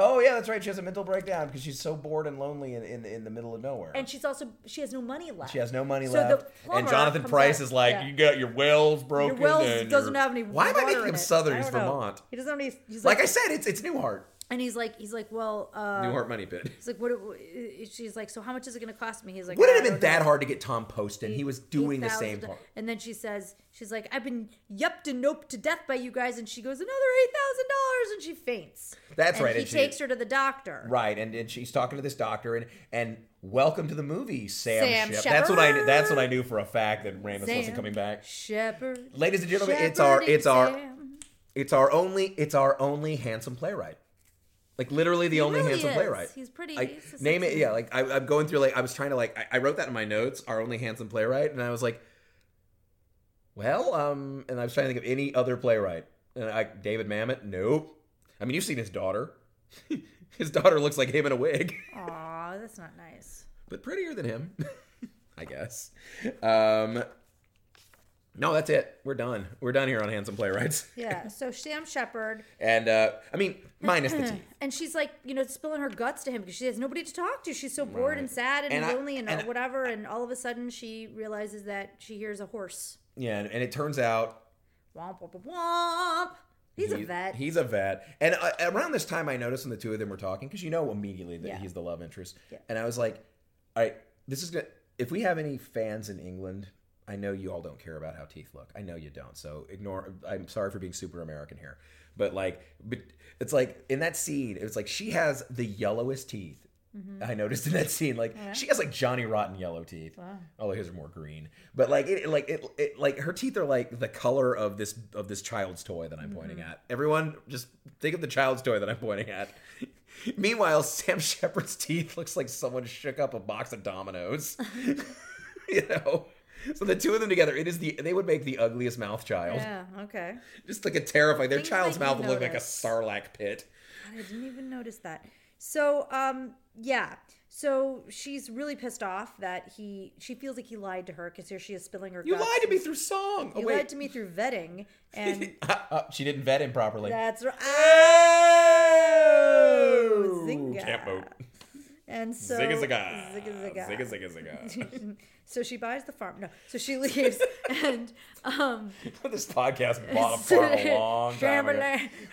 Speaker 1: Oh yeah, that's right. She has a mental breakdown because she's so bored and lonely in, in, in the middle of nowhere.
Speaker 2: And she's also she has no money left.
Speaker 1: she has no money
Speaker 2: So the
Speaker 1: left. And
Speaker 2: plumber
Speaker 1: Jonathan
Speaker 2: comes
Speaker 1: Price
Speaker 2: out-
Speaker 1: is like,
Speaker 2: yeah.
Speaker 1: "You got your wells broken.
Speaker 2: Your Wells
Speaker 1: and
Speaker 2: doesn't
Speaker 1: your-"
Speaker 2: have any.
Speaker 1: Why am I
Speaker 2: water
Speaker 1: making
Speaker 2: in
Speaker 1: him
Speaker 2: it.
Speaker 1: Southern?
Speaker 2: I
Speaker 1: He's
Speaker 2: don't know.
Speaker 1: Vermont.
Speaker 2: He doesn't have any. He's like,
Speaker 1: Like I said, it's it's Newhart.
Speaker 2: and he's like, he's like, well, uh,
Speaker 1: Newhart Money Pit.
Speaker 2: he's like, what? it- She's like, so how much is it going to cost me? He's like,
Speaker 1: Would it have
Speaker 2: I
Speaker 1: been
Speaker 2: don't know.
Speaker 1: that hard to get Tom Poston? He was doing the same
Speaker 2: 8,000.
Speaker 1: part.
Speaker 2: And then she says, she's like, I've been yupped and noped to death by you guys, and she goes another eight thousand dollars, and she faints.
Speaker 1: That's
Speaker 2: And
Speaker 1: right,
Speaker 2: He
Speaker 1: and she-
Speaker 2: takes her to the doctor.
Speaker 1: Right, and, and she's talking to this doctor, and and welcome to the movie, Sam.
Speaker 2: Sam
Speaker 1: Shep. That's what I kn-
Speaker 2: Shepard.
Speaker 1: that's what I knew for a fact that Ramus
Speaker 2: Sam
Speaker 1: wasn't coming back.
Speaker 2: Shepherd.
Speaker 1: Ladies and gentlemen, it's
Speaker 2: Shepherd
Speaker 1: our-
Speaker 2: and
Speaker 1: it's our-
Speaker 2: Sam.
Speaker 1: It's our only it's our only handsome playwright. Like literally the only
Speaker 2: really
Speaker 1: handsome
Speaker 2: is.
Speaker 1: playwright.
Speaker 2: He's pretty-
Speaker 1: Like,
Speaker 2: he's a
Speaker 1: name it.
Speaker 2: sexy-
Speaker 1: Yeah. Like I, I'm going through. Like I was trying to like I, I wrote that in my notes. Our only handsome playwright, and I was like, well, um, and I was trying to think of any other playwright. And I, David Mamet, nope. I mean, you've seen his daughter. his daughter looks like him in a wig,
Speaker 2: Aw, that's not nice.
Speaker 1: but prettier than him, I guess. Um, no, that's it. We're done. We're done here on handsome playwrights.
Speaker 2: Yeah. So Sam Shepard,
Speaker 1: And uh, I mean, minus the teeth.
Speaker 2: and she's like, you know, spilling her guts to him because she has nobody to talk to. She's so bored and sad and,
Speaker 1: And I-
Speaker 2: lonely and,
Speaker 1: and-
Speaker 2: whatever. And all of a sudden, she realizes that she hears a horse.
Speaker 1: Yeah, and, and it turns out
Speaker 2: Womp womp womp. womp. He's a
Speaker 1: he-
Speaker 2: vet.
Speaker 1: He's a vet. And uh, around this time, I noticed when the two of them were talking because you know immediately that
Speaker 2: Yeah.
Speaker 1: he's the love interest.
Speaker 2: Yeah.
Speaker 1: And I was like, all right, this is gonna. If we have any fans in England, I know you all don't care about how teeth look. I know you don't. So ignore. I'm sorry for being super American here, but like, but it's like in that scene, it's like she has the yellowest teeth. I noticed in that scene, like she has like Johnny Rotten yellow teeth.
Speaker 2: Wow.
Speaker 1: Although his are more green, but like it, like it, it, like her teeth are like the color of this of this child's toy that I'm pointing at. Everyone, just think of the child's toy that I'm pointing at. Meanwhile, Sam Shepard's teeth looks like someone shook up a box of dominoes. you know, so the two of them together, it is the they would make the ugliest mouth child.
Speaker 2: yeah. Okay.
Speaker 1: Just like a terrifying. Their
Speaker 2: Things
Speaker 1: child's
Speaker 2: like you
Speaker 1: mouth would look like a
Speaker 2: notice.
Speaker 1: sarlacc pit.
Speaker 2: God, I didn't even notice that. So, um, yeah. So she's really pissed off that he. She feels like he lied to her because here she is spilling her.
Speaker 1: You
Speaker 2: guts.
Speaker 1: lied to me through song. Oh
Speaker 2: You lied
Speaker 1: wait,
Speaker 2: to me through vetting, and
Speaker 1: Uh, she didn't vet him properly.
Speaker 2: that's right.
Speaker 1: Oh,
Speaker 2: Zynga.
Speaker 1: Can't vote.
Speaker 2: And so
Speaker 1: Zigga zigga.
Speaker 2: Zigga zigga.
Speaker 1: Zigga zigga zigga.
Speaker 2: So she buys the farm. No, so she leaves and um
Speaker 1: this podcast bought a farm a long time ago.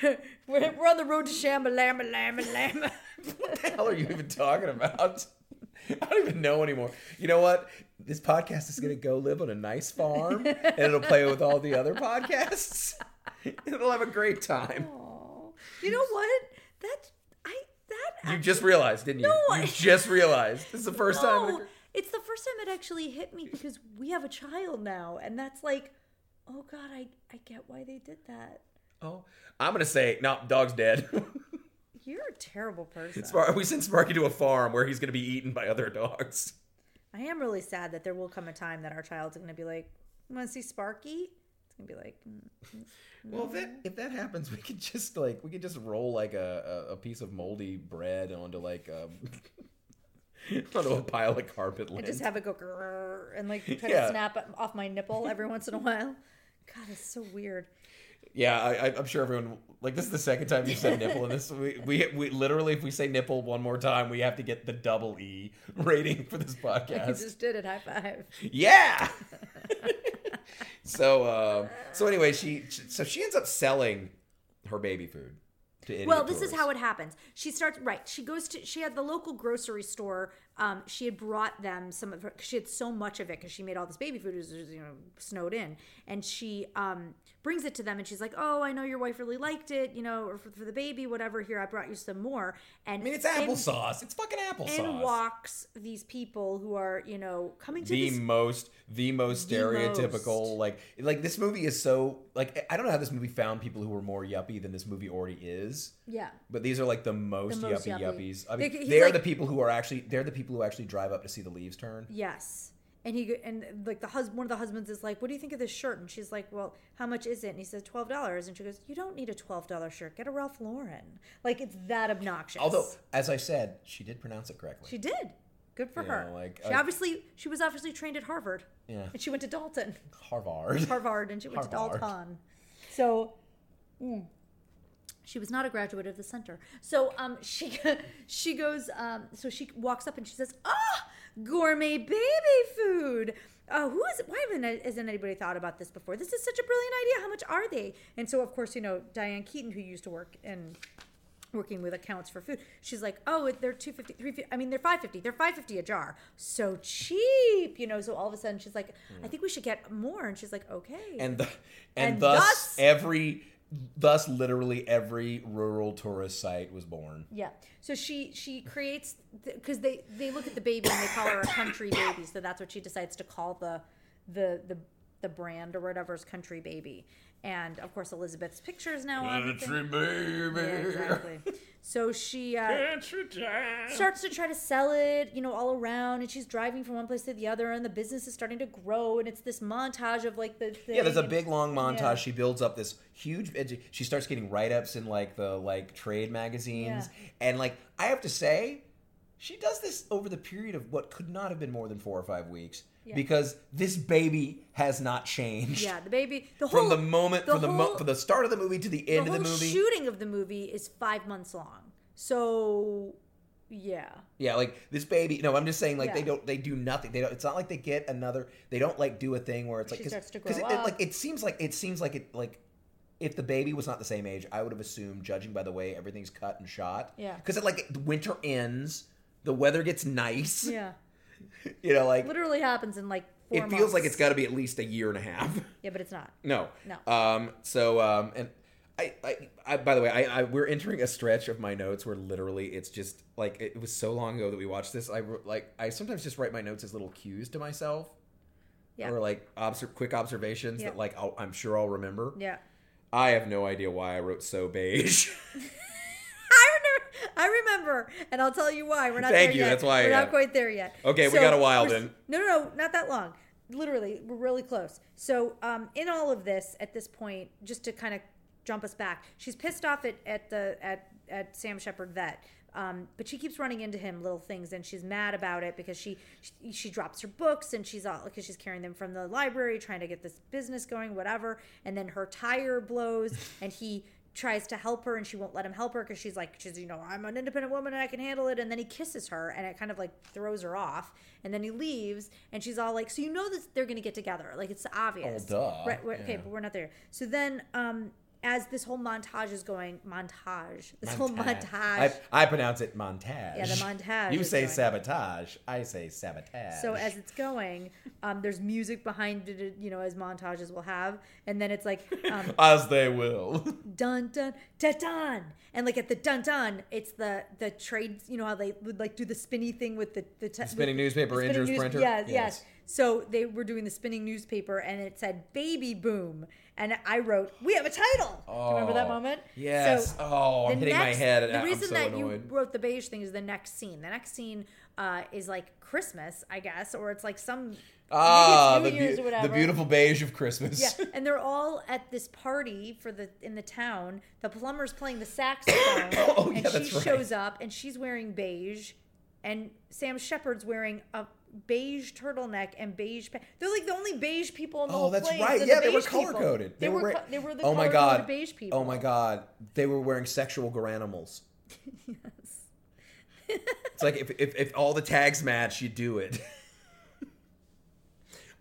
Speaker 2: Shambhala- we're, we're on the road to Shambalama Lama Lama.
Speaker 1: What the hell are you even talking about? I don't even know anymore. You know what? This podcast is gonna go live on a nice farm, and it'll play with all the other podcasts. It'll have a great time.
Speaker 2: Aw. You know what? That I that
Speaker 1: You just realized, didn't you?
Speaker 2: No, I-
Speaker 1: You just realized. This is the first time. it
Speaker 2: no,
Speaker 1: occurred.
Speaker 2: it's the first time it actually hit me because we have a child now and that's like oh god, I I get why they did that.
Speaker 1: Oh, I'm gonna say, no, dog's dead.
Speaker 2: You're a terrible person.
Speaker 1: Spar- we sent Sparky to a farm where he's gonna be eaten by other dogs.
Speaker 2: I am really sad that there will come a time that our child's going to be like, "Want to see Sparky?" It's going to be like, mm.
Speaker 1: Well, if
Speaker 2: Mm-hmm.
Speaker 1: that if that happens, we could just like we could just roll like a, a, a piece of moldy bread onto like um, onto a pile of carpet
Speaker 2: I
Speaker 1: lint.
Speaker 2: just have it go grrr and like try
Speaker 1: Yeah.
Speaker 2: to snap it off my nipple every once in a while. God, it's so weird.
Speaker 1: Yeah, I, I- I'm sure everyone like this is the second time you've said nipple, and this we, we we literally if we say nipple one more time, we have to get the double E rating for this
Speaker 2: I
Speaker 1: podcast.
Speaker 2: just did it. High five.
Speaker 1: Yeah. so um, so anyway, she so she ends up selling her baby food to Indian
Speaker 2: Well, this is
Speaker 1: tourists.
Speaker 2: how it happens. She starts right. She goes to she had the local grocery store. Um, she had brought them some of her. 'cause she had so much of it because she made all this baby food. It was you know snowed in, and she um brings it to them, and she's like, "Oh, I know your wife really liked it, you know, or for, for the baby, whatever. Here, I brought you some more." And
Speaker 1: I mean, it's
Speaker 2: in-
Speaker 1: applesauce. It's fucking applesauce.
Speaker 2: In walks these people who are you know coming to
Speaker 1: the
Speaker 2: this
Speaker 1: most the most
Speaker 2: The
Speaker 1: stereotypical
Speaker 2: most.
Speaker 1: like like this movie is so like I don't know how this movie found people who were more yuppie than this movie already is.
Speaker 2: yeah.
Speaker 1: But these are like the most,
Speaker 2: The most
Speaker 1: yuppie,
Speaker 2: yuppie.
Speaker 1: yuppies. I mean,
Speaker 2: They- he's
Speaker 1: they're
Speaker 2: like-
Speaker 1: the people who are actually they're the people who actually drive up to see the leaves turn.
Speaker 2: Yes. And he go- and like the husband, one of the husbands is like, "What do you think of this shirt?" And she's like, "Well, how much is it?" And he says, 12 dollars." And she goes, "You don't need a twelve dollar shirt. Get a Ralph Lauren." Like it's that obnoxious.
Speaker 1: Although, as I said, she did pronounce it correctly.
Speaker 2: she did, good for
Speaker 1: You
Speaker 2: her.
Speaker 1: know, like,
Speaker 2: she
Speaker 1: I-
Speaker 2: obviously she was obviously trained at Harvard.
Speaker 1: Yeah.
Speaker 2: And she went to Dalton,
Speaker 1: Harvard.
Speaker 2: Harvard, and she went to
Speaker 1: Harvard.
Speaker 2: Dalton. So, mm, she was not a graduate of the center. So um, she she goes um, so she walks up and she says, "Ah, gourmet baby food. Oh, who is it? Why haven't hasn't anybody thought about this before? This is such a brilliant idea. How much are they?" And so of course you know Diane Keaton, who used to work in working with accounts for food, she's like, "Oh, it- they're two fifty, three fifty. I mean, they're five fifty. They're five fifty a jar. So cheap, you know." So all of a sudden she's like, "I think we should get more," and she's like, "Okay."
Speaker 1: and th- and,
Speaker 2: And
Speaker 1: thus,
Speaker 2: thus-
Speaker 1: every thus literally every rural tourist site was born.
Speaker 2: Yeah. So she she creates because they they look at the baby and they call her a country baby. So that's what she decides to call the the the the brand or whatever is country baby. And of course Elizabeth's picture is now on. the thing.
Speaker 1: baby.
Speaker 2: Yeah, exactly. So she uh, starts to try to sell it, you know, all around, and she's driving from one place to the other, and the business is starting to grow, and it's this montage of like the thing
Speaker 1: Yeah, there's a
Speaker 2: and-
Speaker 1: big long montage.
Speaker 2: Yeah.
Speaker 1: She builds up this huge. edu- She starts getting write ups in like the like trade magazines, and like I have to say, she does this over the period of what could not have been more than four or five weeks because this baby has not changed
Speaker 2: yeah, the baby, the
Speaker 1: from
Speaker 2: whole
Speaker 1: the moment
Speaker 2: the
Speaker 1: from the mo-
Speaker 2: whole-
Speaker 1: from the start of the movie to the end
Speaker 2: the
Speaker 1: of
Speaker 2: whole
Speaker 1: the movie.
Speaker 2: shooting of the movie is five months long. So, yeah,
Speaker 1: Yeah, like this baby. No, I'm just saying, like they
Speaker 2: Yeah.
Speaker 1: don't, they do nothing. They don't. It's not like they get another. They don't like do a thing where it's like
Speaker 2: She
Speaker 1: 'cause-
Speaker 2: starts to
Speaker 1: 'cause
Speaker 2: grow
Speaker 1: it, it-
Speaker 2: up.
Speaker 1: like it seems like it seems like it like if the baby was not the same age, I would have assumed, judging by the way everything's cut and shot.
Speaker 2: Yeah.
Speaker 1: Because it like the winter ends, the weather gets nice.
Speaker 2: yeah,
Speaker 1: You know, like
Speaker 2: literally happens in like four.
Speaker 1: it feels like
Speaker 2: months.
Speaker 1: it's got to be at least a year and a half.
Speaker 2: Yeah, but it's not.
Speaker 1: No.
Speaker 2: No.
Speaker 1: Um. So um. And I. I. I by the way, I, I. We're entering a stretch of my notes where literally it's just like it was so long ago that we watched this. I wrote, like I sometimes just write my notes as little cues to myself.
Speaker 2: Yeah.
Speaker 1: Or like obser- quick observations
Speaker 2: Yeah.
Speaker 1: that like I'll, I'm sure I'll remember.
Speaker 2: Yeah,
Speaker 1: I have no idea why I wrote so beige.
Speaker 2: I remember. I remember, and I'll tell you why. We're not.
Speaker 1: Thank
Speaker 2: there
Speaker 1: you,
Speaker 2: Yet.
Speaker 1: that's why I
Speaker 2: we're
Speaker 1: am.
Speaker 2: not quite there yet.
Speaker 1: Okay, we got a while
Speaker 2: we're s-
Speaker 1: then.
Speaker 2: No, no, no, not that long. Literally, we're really close. So, um, in all of this, at this point, just to kind of jump us back, she's pissed off at at the at at Sam Shepard vet. Um, but she keeps running into him little things, and she's mad about it because she she, she drops her books and she's all because she's carrying them from the library, trying to get this business going, whatever. And then her tire blows, and he tries to help her, and she won't let him help her because she's like she's you know I'm an independent woman and I can handle it. And then he kisses her, and it kind of like throws her off. And then he leaves, and she's all like, so you know that they're gonna get together, like it's obvious.
Speaker 1: Oh, duh.
Speaker 2: Right? we're- Okay,
Speaker 1: Yeah.
Speaker 2: but we're not there. So then, um, as this whole montage is going, montage, this whole montage.
Speaker 1: I, I pronounce it montage.
Speaker 2: Yeah, the montage
Speaker 1: You
Speaker 2: is
Speaker 1: say
Speaker 2: going-
Speaker 1: sabotage. I say sabotage.
Speaker 2: So as it's going, um, there's music behind it, you know, as montages will have, and then it's like um,
Speaker 1: as they will.
Speaker 2: dun dun da dun, and like at the dun dun, it's the the trades, you know, how they would like do the spinny thing with the the, t-
Speaker 1: spinning newspaper,
Speaker 2: spinning
Speaker 1: Andrew's
Speaker 2: news-
Speaker 1: printer?
Speaker 2: Yes, yes,
Speaker 1: Yes.
Speaker 2: So they were doing the spinning newspaper, and it said "baby boom," and I wrote, "We have a title." do you remember that
Speaker 1: Oh,
Speaker 2: moment?
Speaker 1: Yes.
Speaker 2: So-
Speaker 1: oh, I'm
Speaker 2: the
Speaker 1: hitting
Speaker 2: next-
Speaker 1: my head. and
Speaker 2: The
Speaker 1: I-
Speaker 2: reason
Speaker 1: I'm so
Speaker 2: that
Speaker 1: annoyed.
Speaker 2: you wrote the beige thing is the next scene. The next scene uh, is like Christmas, I guess, or it's like some maybe it's
Speaker 1: Ah,
Speaker 2: New
Speaker 1: the,
Speaker 2: Year's
Speaker 1: beau-
Speaker 2: or whatever.
Speaker 1: the beautiful beige of Christmas.
Speaker 2: Yeah, and they're all at this party for the in the town. The plumber's playing the saxophone,
Speaker 1: Oh, yeah,
Speaker 2: and she
Speaker 1: that's right.
Speaker 2: shows up, and she's wearing beige, and Sam Shepard's wearing a beige turtleneck and beige pants. They're like the only beige people in the
Speaker 1: Oh,
Speaker 2: whole
Speaker 1: that's
Speaker 2: place.
Speaker 1: right.
Speaker 2: They're the
Speaker 1: yeah, they were
Speaker 2: beige people.
Speaker 1: color coded.
Speaker 2: They, were.
Speaker 1: wearing-
Speaker 2: co- they were the
Speaker 1: oh my
Speaker 2: color-coded
Speaker 1: god.
Speaker 2: beige people.
Speaker 1: Oh my god. They were wearing sexual granimals. it's like if, if if all the tags match, you do it.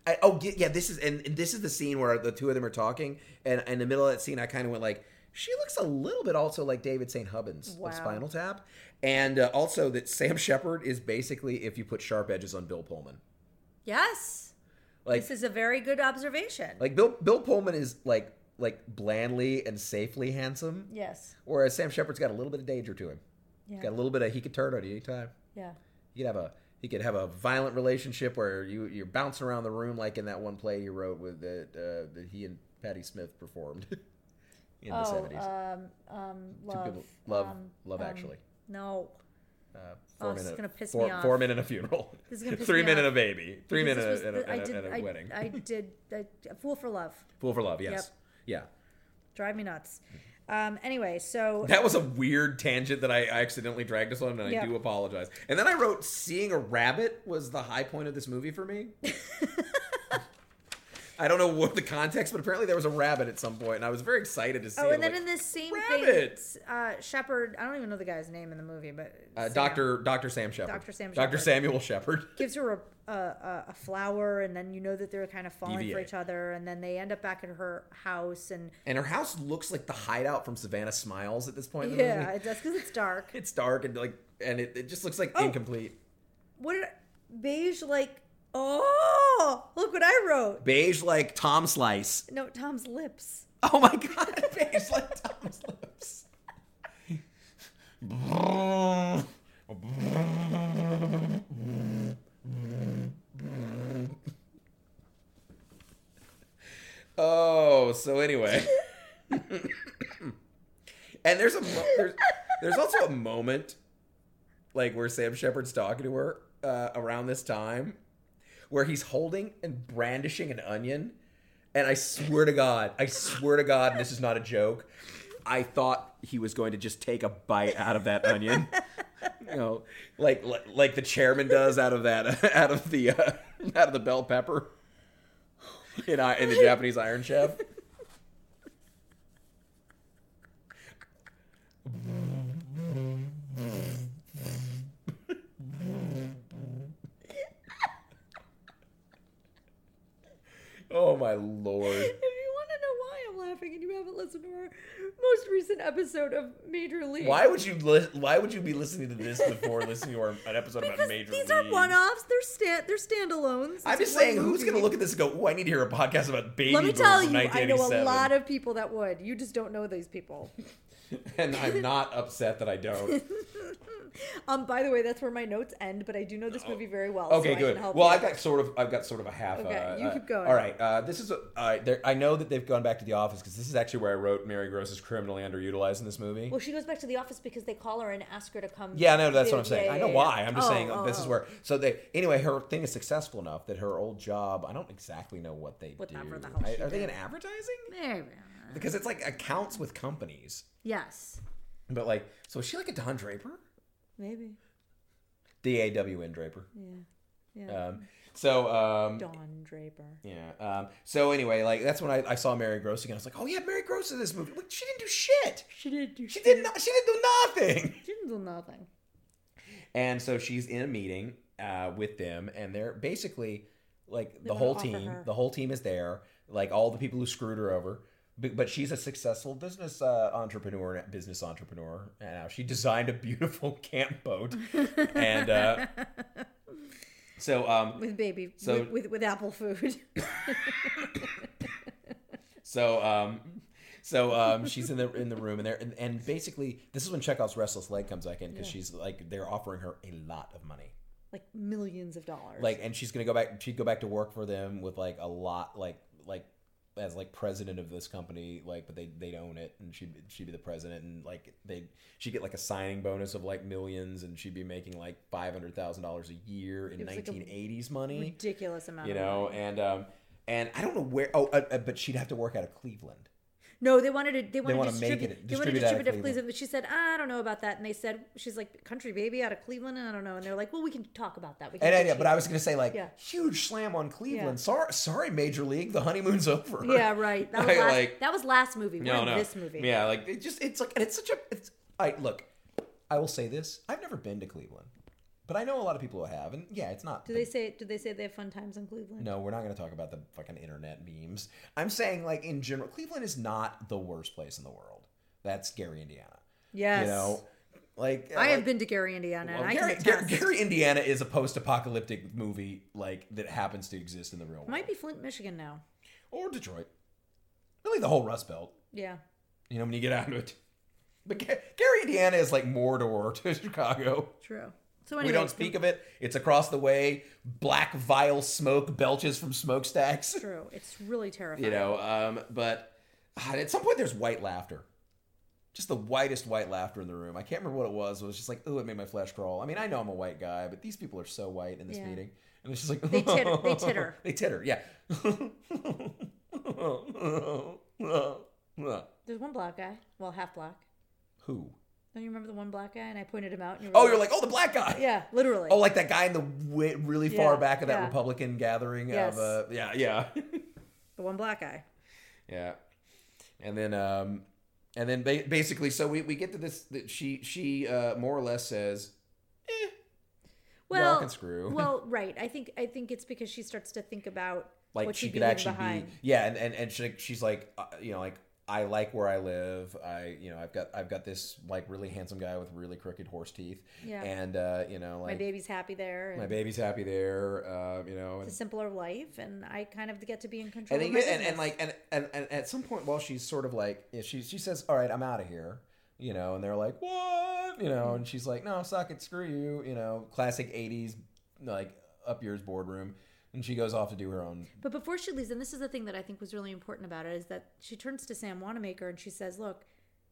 Speaker 1: I, oh yeah, yeah, this is and, and this is the scene where the two of them are talking, and, in the middle of that scene, I kind of went like, she looks a little bit also like David St. Hubbins
Speaker 2: Wow.
Speaker 1: of Spinal Tap, and uh, also that Sam Shepard is basically if you put sharp edges on Bill Pullman,
Speaker 2: Yes,
Speaker 1: like
Speaker 2: this is a very good observation.
Speaker 1: Like Bill Bill Pullman is like like blandly and safely handsome,
Speaker 2: yes.
Speaker 1: whereas Sam Shepard's got a little bit of danger to him.
Speaker 2: Yeah.
Speaker 1: Got a little bit of he could turn on you anytime.
Speaker 2: yeah.
Speaker 1: He could have a he could have a violent relationship where you you're bouncing around the room like in that one play he wrote with that uh, that he and Patti Smith performed in the
Speaker 2: oh,
Speaker 1: seventies. Uh,
Speaker 2: um, um, love,
Speaker 1: love
Speaker 2: um,
Speaker 1: love
Speaker 2: um,
Speaker 1: actually.
Speaker 2: No,
Speaker 1: Uh,
Speaker 2: oh,
Speaker 1: four
Speaker 2: this is
Speaker 1: minutes.
Speaker 2: gonna piss
Speaker 1: four,
Speaker 2: me off.
Speaker 1: Four men and a funeral.
Speaker 2: This is gonna piss
Speaker 1: Three
Speaker 2: me
Speaker 1: men and a
Speaker 2: off.
Speaker 1: baby. Three men
Speaker 2: Because
Speaker 1: and a, and a,
Speaker 2: this was the- I
Speaker 1: and a,
Speaker 2: did-
Speaker 1: and a
Speaker 2: I-
Speaker 1: wedding.
Speaker 2: I did I, Fool for Love.
Speaker 1: Fool for love. Yes. Yeah.
Speaker 2: Drive me nuts. Um, anyway, so
Speaker 1: That was a weird tangent that I I accidentally dragged us on, and
Speaker 2: Yeah.
Speaker 1: I do apologize. And then I wrote, "Seeing a rabbit was the high point of this movie for me." I don't know what the context, but apparently there was a rabbit at some point, and I was very excited to see.
Speaker 2: oh,
Speaker 1: it.
Speaker 2: and then
Speaker 1: like,
Speaker 2: in this same
Speaker 1: rabbits.
Speaker 2: thing, uh, Shepard. I don't even know the guy's name in the movie, but
Speaker 1: uh,
Speaker 2: Sam
Speaker 1: Doctor Doctor Sam Shepard,
Speaker 2: Dr. Sam
Speaker 1: Doctor
Speaker 2: Shepard.
Speaker 1: Samuel Shepard.
Speaker 2: gives her a, a, a- a flower, and then you know that they're kind of falling for
Speaker 1: EVA.
Speaker 2: each other, and then they end up back at her house, and
Speaker 1: And her house looks like the hideout from Savannah Smiles at this point. In the
Speaker 2: yeah,
Speaker 1: movie.
Speaker 2: it does because it's dark.
Speaker 1: it's dark and like, and it, it just looks like
Speaker 2: Oh.
Speaker 1: incomplete
Speaker 2: What did I, beige like? Oh, look what I wrote.
Speaker 1: beige, like Tom Slice.
Speaker 2: No, Tom's lips.
Speaker 1: Oh my god, beige like Tom's lips. oh, so anyway. and there's a mo- there's, there's also a moment like where Sam Shepard's talking to her uh, around this time where he's holding and brandishing an onion and I swear to God, I swear to God, and this is not a joke. I thought he was going to just take a bite out of that onion, you know, like like, like the chairman does out of that out of the uh, out of the bell pepper in I in the Japanese Iron Chef. Oh my lord.
Speaker 2: If you want to know why I'm laughing and you haven't listened to our most recent episode of Major League,
Speaker 1: Why would you li- Why would you be listening to this before listening to our, an episode
Speaker 2: Because
Speaker 1: about major?
Speaker 2: these
Speaker 1: League?
Speaker 2: are one-offs. They're stand. They're standalones.
Speaker 1: I'm
Speaker 2: It's
Speaker 1: just
Speaker 2: one
Speaker 1: saying, who's
Speaker 2: movie.
Speaker 1: going to look at this and go, "Ooh, I need to hear a podcast about baby
Speaker 2: Let me
Speaker 1: boomers
Speaker 2: tell
Speaker 1: in
Speaker 2: you, I know a
Speaker 1: 1987."
Speaker 2: lot of people that would. You just don't know these people.
Speaker 1: and I'm not upset that I don't.
Speaker 2: Um, by the way, that's where my notes end, but I do know this movie very well. so
Speaker 1: Oh. Okay,
Speaker 2: I
Speaker 1: good.
Speaker 2: Can help
Speaker 1: Well,
Speaker 2: you.
Speaker 1: I've got sort of, I've got sort of a half.
Speaker 2: Okay,
Speaker 1: uh,
Speaker 2: you
Speaker 1: uh,
Speaker 2: keep going.
Speaker 1: All right, uh, this is. A, all right, there, I know that they've gone back to the office because this is actually where I wrote Mary Gross is criminally underutilized in this movie.
Speaker 2: Well, she goes back to the office because they call her and ask her to come.
Speaker 1: Yeah, no, that's
Speaker 2: Yeah,
Speaker 1: what I'm saying.
Speaker 2: yeah,
Speaker 1: I know
Speaker 2: yeah,
Speaker 1: why.
Speaker 2: yeah.
Speaker 1: I'm just
Speaker 2: Oh,
Speaker 1: saying
Speaker 2: oh,
Speaker 1: this is
Speaker 2: oh.
Speaker 1: where. So they anyway, her thing is successful enough that her old job. I don't exactly know what they do.
Speaker 2: Whatever the hell
Speaker 1: I-
Speaker 2: she
Speaker 1: are they in
Speaker 2: did. Uh.
Speaker 1: advertising?
Speaker 2: Maybe.
Speaker 1: Because it's like accounts with companies.
Speaker 2: Yes.
Speaker 1: But like, so is she like a Don Draper?
Speaker 2: Maybe.
Speaker 1: D A W N Draper.
Speaker 2: Yeah. Yeah.
Speaker 1: Um, so um,
Speaker 2: Dawn Draper.
Speaker 1: yeah. Um, so anyway, like that's when I, I saw Mary Gross again. I was like, oh yeah, Mary Gross in this movie. Like, she didn't do shit.
Speaker 2: She didn't do.
Speaker 1: She did not. She didn't do nothing.
Speaker 2: She didn't do nothing.
Speaker 1: And so she's in a meeting uh, with them, and they're basically like the
Speaker 2: wanna
Speaker 1: whole
Speaker 2: offer
Speaker 1: team.
Speaker 2: her-
Speaker 1: The whole team is there, like all the people who screwed her over. But, but she's a successful business uh, entrepreneur, business entrepreneur. And now she designed a beautiful camp boat, and uh, so um,
Speaker 2: with baby
Speaker 1: So-
Speaker 2: with, with with apple food.
Speaker 1: So um so um she's in the in the room and they're and, and basically this is when Chekhov's restless leg comes back in because she's like they're offering her a lot of money.
Speaker 2: like millions of dollars.
Speaker 1: Like and she's gonna go back she'd go back to work for them with like a lot like like as like president of this company, like but they they'd own it and she'd she'd be the president and like they she'd get like a signing bonus of like millions and she'd be making like five hundred thousand dollars a year in
Speaker 2: It was, like, a
Speaker 1: nineteen eighties money.
Speaker 2: ridiculous amount.
Speaker 1: You
Speaker 2: of money.
Speaker 1: know, and um and I don't know where oh uh, uh, but she'd have to work out of Cleveland.
Speaker 2: No, they wanted to. They wanted
Speaker 1: wanna
Speaker 2: to
Speaker 1: make
Speaker 2: distribute.
Speaker 1: it-
Speaker 2: they wanted
Speaker 1: distribute
Speaker 2: to
Speaker 1: it out of
Speaker 2: distribute it to
Speaker 1: Cleveland.
Speaker 2: Cleveland, but she said, "Ah, I don't know about that. And they said, "She's like country baby out of Cleveland." And I don't know. And they're like, "Well, we can talk about that." We can
Speaker 1: And, and, yeah,
Speaker 2: negotiate."
Speaker 1: but I was gonna say like
Speaker 2: Yeah.
Speaker 1: huge slam on Cleveland.
Speaker 2: Yeah.
Speaker 1: Sorry, sorry, Major League, the honeymoon's over.
Speaker 2: yeah, right. That was
Speaker 1: Like-
Speaker 2: last,
Speaker 1: like-
Speaker 2: that was last movie. We're in this movie.
Speaker 1: Yeah, like it just it's like and it's such a it's I look, I will say this. I've never been to Cleveland. But I know a lot of people who have, and yeah, it's not
Speaker 2: Do they say? Do they say they have fun times in Cleveland?
Speaker 1: No, we're not gonna talk about the fucking internet memes. I'm saying like in general, Cleveland is not the worst place in the world. That's Gary, Indiana.
Speaker 2: Yes.
Speaker 1: You know? Like
Speaker 2: I have
Speaker 1: like-
Speaker 2: been to Gary, Indiana,
Speaker 1: well,
Speaker 2: and I
Speaker 1: Gary,
Speaker 2: can
Speaker 1: Gary,
Speaker 2: attest.
Speaker 1: Gary, Indiana is a post-apocalyptic movie like that happens to exist in the real world,
Speaker 2: Might be Flint, Michigan now.
Speaker 1: or Detroit, really the whole Rust Belt.
Speaker 2: Yeah.
Speaker 1: You know, when you get out of it. But Ga- Gary, Indiana is like Mordor to Chicago.
Speaker 2: True. So
Speaker 1: we
Speaker 2: anyway,
Speaker 1: don't speak of it. It's across the way. Black vile smoke belches from smokestacks.
Speaker 2: It's true. It's really terrifying.
Speaker 1: You know, um, but ah, at some point there's white laughter. Just the whitest white laughter in the room. I can't remember what it was. It was just like, oh, it made my flesh crawl. I mean, I know I'm a white guy, but these people are so white in this
Speaker 2: Yeah.
Speaker 1: meeting. And it's just like
Speaker 2: They titter- they titter.
Speaker 1: they titter, yeah.
Speaker 2: There's one black guy. Well, half black.
Speaker 1: Who?
Speaker 2: Don't you remember the one black guy? And I pointed him out. And you were
Speaker 1: Oh, you're like, oh, the black guy.
Speaker 2: yeah, literally.
Speaker 1: Oh, like that guy in the wi- really far
Speaker 2: Yeah,
Speaker 1: back of that
Speaker 2: yeah.
Speaker 1: Republican gathering
Speaker 2: Yes.
Speaker 1: of uh, yeah, yeah,
Speaker 2: the one black guy.
Speaker 1: yeah. And then, um, and then ba- basically, so we, we get to this. That she she uh, more or less says, Y'all
Speaker 2: Well,
Speaker 1: can screw.
Speaker 2: well, right. I think I think it's because she starts to think about
Speaker 1: like
Speaker 2: what
Speaker 1: she could
Speaker 2: she'd be leaving
Speaker 1: actually
Speaker 2: behind.
Speaker 1: be yeah, and and and she, she's like uh, you know like I like where I live. I you know I've got I've got this like really handsome guy with really crooked horse teeth.
Speaker 2: Yeah.
Speaker 1: And uh, you know
Speaker 2: My
Speaker 1: like
Speaker 2: baby's happy there. And
Speaker 1: my baby's happy there. Uh, you know.
Speaker 2: It's
Speaker 1: And,
Speaker 2: a simpler life, and I kind of get to be in control.
Speaker 1: and, then
Speaker 2: of my
Speaker 1: you- and, and
Speaker 2: business.
Speaker 1: like and, and and at some point while she's sort of like you know, she she says all right i'm out of here you know and they're like what you know and she's like no suck it screw you you know classic 80s like up yours boardroom and she goes off to do her own
Speaker 2: But before she leaves, and this is the thing that I think was really important about it, is that she turns to Sam Wanamaker and she says, Look,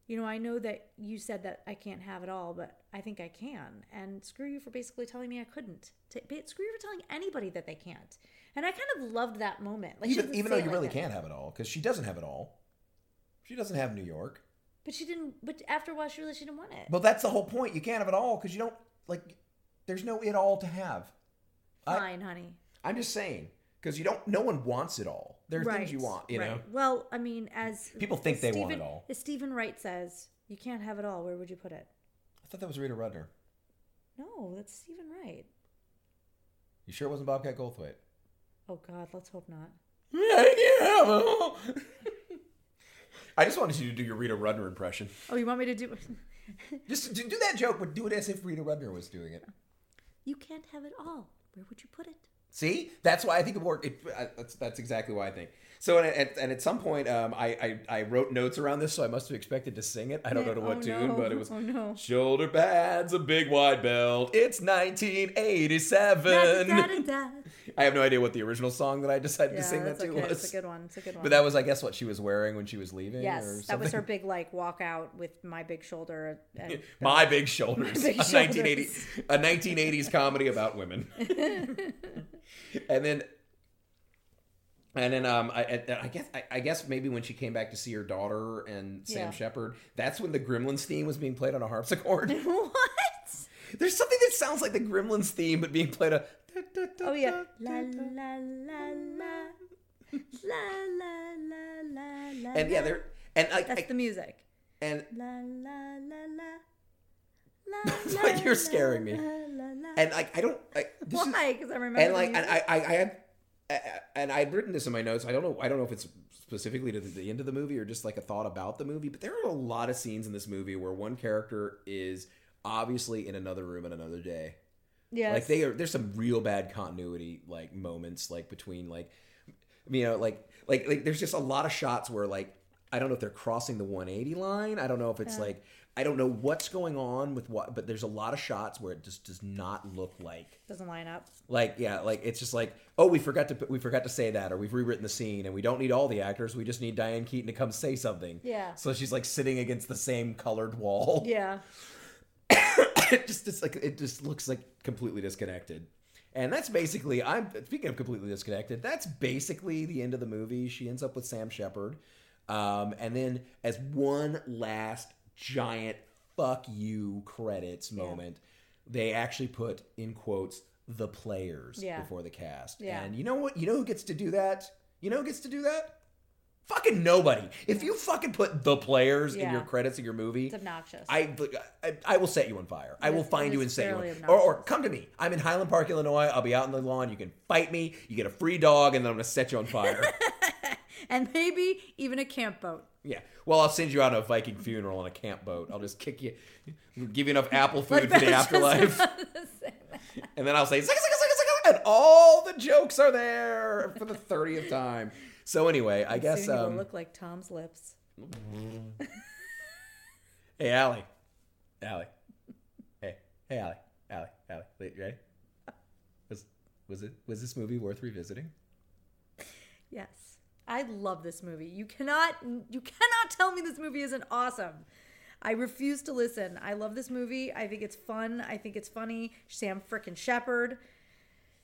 Speaker 2: you know, I know that you said that I can't have it all, but I think I can. And screw you for basically telling me I couldn't. T- but screw you for telling anybody that they can't. And I kind of loved that moment. Like she
Speaker 1: even
Speaker 2: doesn't
Speaker 1: even
Speaker 2: say
Speaker 1: though
Speaker 2: it
Speaker 1: you
Speaker 2: like
Speaker 1: really
Speaker 2: that.
Speaker 1: can't have it all because she doesn't have it all she doesn't have new york
Speaker 2: But she didn't. But after a while, she realized she didn't want it.
Speaker 1: well that's the whole point you can't have it all because you don't like there's no it all to have I-
Speaker 2: Fine, honey.
Speaker 1: i'm just saying because you don't no one wants it all there are things you want you
Speaker 2: right.
Speaker 1: know
Speaker 2: Well, I mean, as
Speaker 1: People think
Speaker 2: as
Speaker 1: they want
Speaker 2: Stephen-
Speaker 1: it all.
Speaker 2: As Stephen Wright says, "You can't have it all. Where would you put it?"
Speaker 1: i thought that was rita rudner
Speaker 2: No, that's Stephen Wright.
Speaker 1: you sure it wasn't bobcat goldthwait
Speaker 2: Oh God, let's hope not.
Speaker 1: I can't have it all. I just wanted you to do your Rita Rudner impression.
Speaker 2: Oh, you want me to do?
Speaker 1: Just do, do that joke, but do it as if Rita Rudner was doing it.
Speaker 2: you can't have it all. Where would you put it?
Speaker 1: See, that's why I think it worked. It, I, that's, that's exactly why I think. So, and at, and at some point, um, I, I I wrote notes around this, so I must have expected to sing it. I don't know to what
Speaker 2: Oh,
Speaker 1: tune,
Speaker 2: no.
Speaker 1: but it was
Speaker 2: Oh no.
Speaker 1: shoulder pads, a big wide belt. It's
Speaker 2: Da, da,
Speaker 1: 1987.
Speaker 2: da, da.
Speaker 1: I have no idea what the original song that I decided
Speaker 2: Yeah,
Speaker 1: to sing that
Speaker 2: that's
Speaker 1: to
Speaker 2: okay. It's a
Speaker 1: was,
Speaker 2: good one. It's a good one.
Speaker 1: but that was, I guess, what she was wearing when she was leaving. or
Speaker 2: yes, that
Speaker 1: something.
Speaker 2: was her big like walk out with my big shoulder. And,
Speaker 1: My Big Shoulders,
Speaker 2: My Big
Speaker 1: a 1980
Speaker 2: Shoulders.
Speaker 1: a 1980s comedy about women. and then and then um I, I I guess I, I guess maybe when she came back to see her daughter and Sam
Speaker 2: Yeah.
Speaker 1: Shepard, that's when the Gremlins theme was being played on a harpsichord.
Speaker 2: what?
Speaker 1: There's something that sounds like the Gremlins theme but being played a
Speaker 2: Oh yeah. La la la la la la la la la.
Speaker 1: And yeah, there and I,
Speaker 2: That's
Speaker 1: I
Speaker 2: the music.
Speaker 1: and
Speaker 2: La la la la. la
Speaker 1: Like,
Speaker 2: la,
Speaker 1: you're scaring me.
Speaker 2: La, la, la.
Speaker 1: and like I don't I, this is
Speaker 2: Why? Because I remember.
Speaker 1: and
Speaker 2: the
Speaker 1: like and
Speaker 2: music.
Speaker 1: I, I I had I- and I'd written this in my notes. I don't know. I don't know if it's specifically to the, the end of the movie or just like a thought about the movie. But there are a lot of scenes in this movie where one character is obviously in another room on another day.
Speaker 2: yes.
Speaker 1: Like they are. There's some real bad continuity like moments like between like you know like like like there's just a lot of shots where like I don't know if they're crossing the 180 line. I don't know if it's like I don't know what's going on with what. But there's a lot of shots where it just does not look like
Speaker 2: doesn't line up.
Speaker 1: like yeah, like it's just like oh we forgot to we forgot to say that or we've rewritten the scene and we don't need all the actors we just need Diane Keaton to come say something.
Speaker 2: Yeah.
Speaker 1: So she's like sitting against the same colored wall.
Speaker 2: Yeah.
Speaker 1: it just it's like it just looks like completely disconnected. And that's basically I'm speaking of completely disconnected. That's basically the end of the movie. She ends up with Sam Shepard. Um, and then as one last giant fuck you credits moment, they actually put in quotes the players
Speaker 2: Yeah.
Speaker 1: before the cast.
Speaker 2: Yeah.
Speaker 1: And you know what? You know who gets to do that? You know who gets to do that? Fucking nobody. If you fucking put the players in
Speaker 2: Yeah.
Speaker 1: your credits of your movie,
Speaker 2: It's obnoxious.
Speaker 1: I, I I will set you on fire. I
Speaker 2: It
Speaker 1: will
Speaker 2: is-
Speaker 1: find
Speaker 2: it
Speaker 1: you
Speaker 2: is
Speaker 1: and set you
Speaker 2: fairly
Speaker 1: on, or, or
Speaker 2: obnoxious.
Speaker 1: come to me. I'm in Highland Park, Illinois. I'll be out on the lawn. You can fight me. You get a free dog, and then I'm gonna set you on fire.
Speaker 2: and maybe even a camp boat.
Speaker 1: yeah. Well, I'll send you out on a Viking funeral on a camp boat. I'll just kick you, give you enough apple
Speaker 2: Like
Speaker 1: food for the
Speaker 2: that's just
Speaker 1: afterlife,
Speaker 2: about the same.
Speaker 1: and then I'll say "Zicka, zicka, zicka, zicka," and all the jokes are there for the thirtieth time. So anyway, I guess.
Speaker 2: Soon you will
Speaker 1: Um,
Speaker 2: look like Tom's lips.
Speaker 1: hey, Allie. Allie. Hey, hey, Allie. Allie. Allie. Wait, ready? Was was it was this movie worth revisiting?
Speaker 2: Yes. I love this movie. You cannot you cannot tell me this movie isn't awesome. I refuse to listen. I love this movie. I think it's fun. I think it's funny. Sam frickin' Shepard.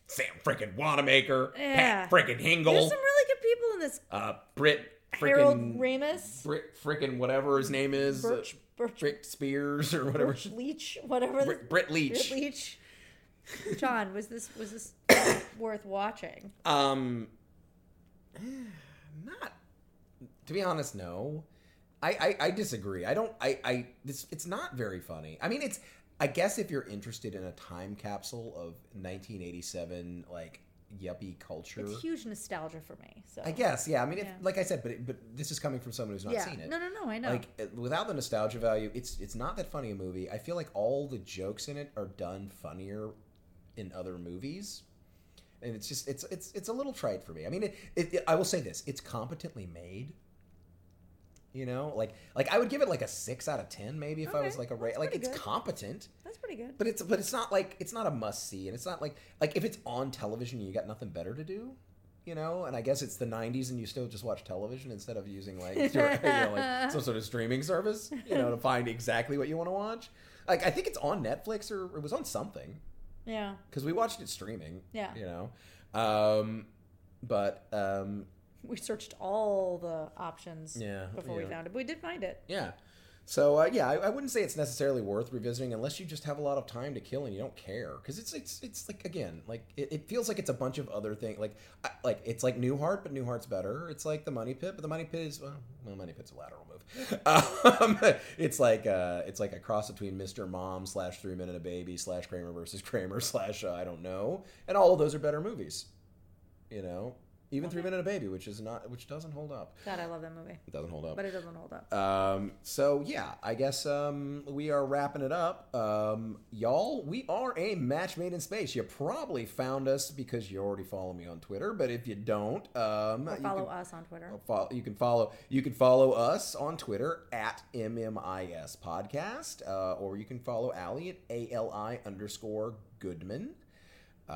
Speaker 1: Sam frickin' Wanamaker,
Speaker 2: Yeah.
Speaker 1: Pat frickin'
Speaker 2: There's
Speaker 1: Hingle,
Speaker 2: some really good people in this.
Speaker 1: uh, Brit
Speaker 2: Harold
Speaker 1: frickin'
Speaker 2: Ramis,
Speaker 1: Brit frickin' whatever his name is, uh,
Speaker 2: Birch, Birch,
Speaker 1: Brick Spears or whatever,
Speaker 2: Birch Leach, whatever.
Speaker 1: Brit, Brit
Speaker 2: this,
Speaker 1: Leach.
Speaker 2: Brit Leach. John, was this was this worth watching?
Speaker 1: Um, not to be honest, no. I, I, I disagree. I don't. I, I this it's not very funny. I mean, it's. I guess if you're interested in a time capsule of 1987, like yuppie culture,
Speaker 2: It's huge nostalgia for me. So
Speaker 1: I guess. Yeah. I mean, if,
Speaker 2: Yeah.
Speaker 1: like I said, but it, but this is coming from someone who's not
Speaker 2: yeah.
Speaker 1: seen it.
Speaker 2: No, no, no. I know.
Speaker 1: Like it- without the nostalgia value, it's it's not that funny a movie. I feel like all the jokes in it are done funnier in other movies, and it's just it's it's it's a little trite for me. I mean, it, it, I will say this: it's competently made. You know, like like I would give it like a six out of ten, maybe if I
Speaker 2: Okay,
Speaker 1: was like a ra-
Speaker 2: that's
Speaker 1: like
Speaker 2: pretty
Speaker 1: it's
Speaker 2: good.
Speaker 1: competent,
Speaker 2: That's pretty good.
Speaker 1: but it's but it's not like it's not a must see, and it's not like like if it's on television, and you got nothing better to do. You know, and I guess it's the '90s, and you still just watch television instead of using like, your, you know, like some sort of streaming service, you know, to find exactly what you want to watch. Like, I think it's on Netflix or it was on something
Speaker 2: yeah.
Speaker 1: because we watched it streaming.
Speaker 2: Yeah.
Speaker 1: you know, um, but um,
Speaker 2: We searched all the options
Speaker 1: Yeah,
Speaker 2: before
Speaker 1: yeah.
Speaker 2: we found it, but we did find it.
Speaker 1: yeah. So uh, yeah, I, I wouldn't say it's necessarily worth revisiting unless you just have a lot of time to kill and you don't care because it's it's it's like again like it, it feels like it's a bunch of other things like I, like it's like Newhart but Newhart's better. It's like the Money Pit but the Money Pit is well, well Money Pit's a lateral move. Um, it's like uh, it's like a cross between Mr. Mom slash Three Men and a Baby slash Kramer versus Kramer slash uh, I don't know and all of those are better movies, you know. Even Three Men and a Baby, which is not which doesn't hold up.
Speaker 2: God, I love that movie,
Speaker 1: It doesn't hold up.
Speaker 2: but it doesn't hold up.
Speaker 1: Um, so yeah, I guess um, we are wrapping it up. Um, y'all, we are a match made in space. You probably found us because you already follow me on Twitter, but if you don't, um,
Speaker 2: Or
Speaker 1: you
Speaker 2: follow
Speaker 1: can-
Speaker 2: us on Twitter.
Speaker 1: Follow, Uh, you can follow you can follow us on Twitter at MMIS Podcast, uh, or you can follow Allie at ALI underscore Goodman.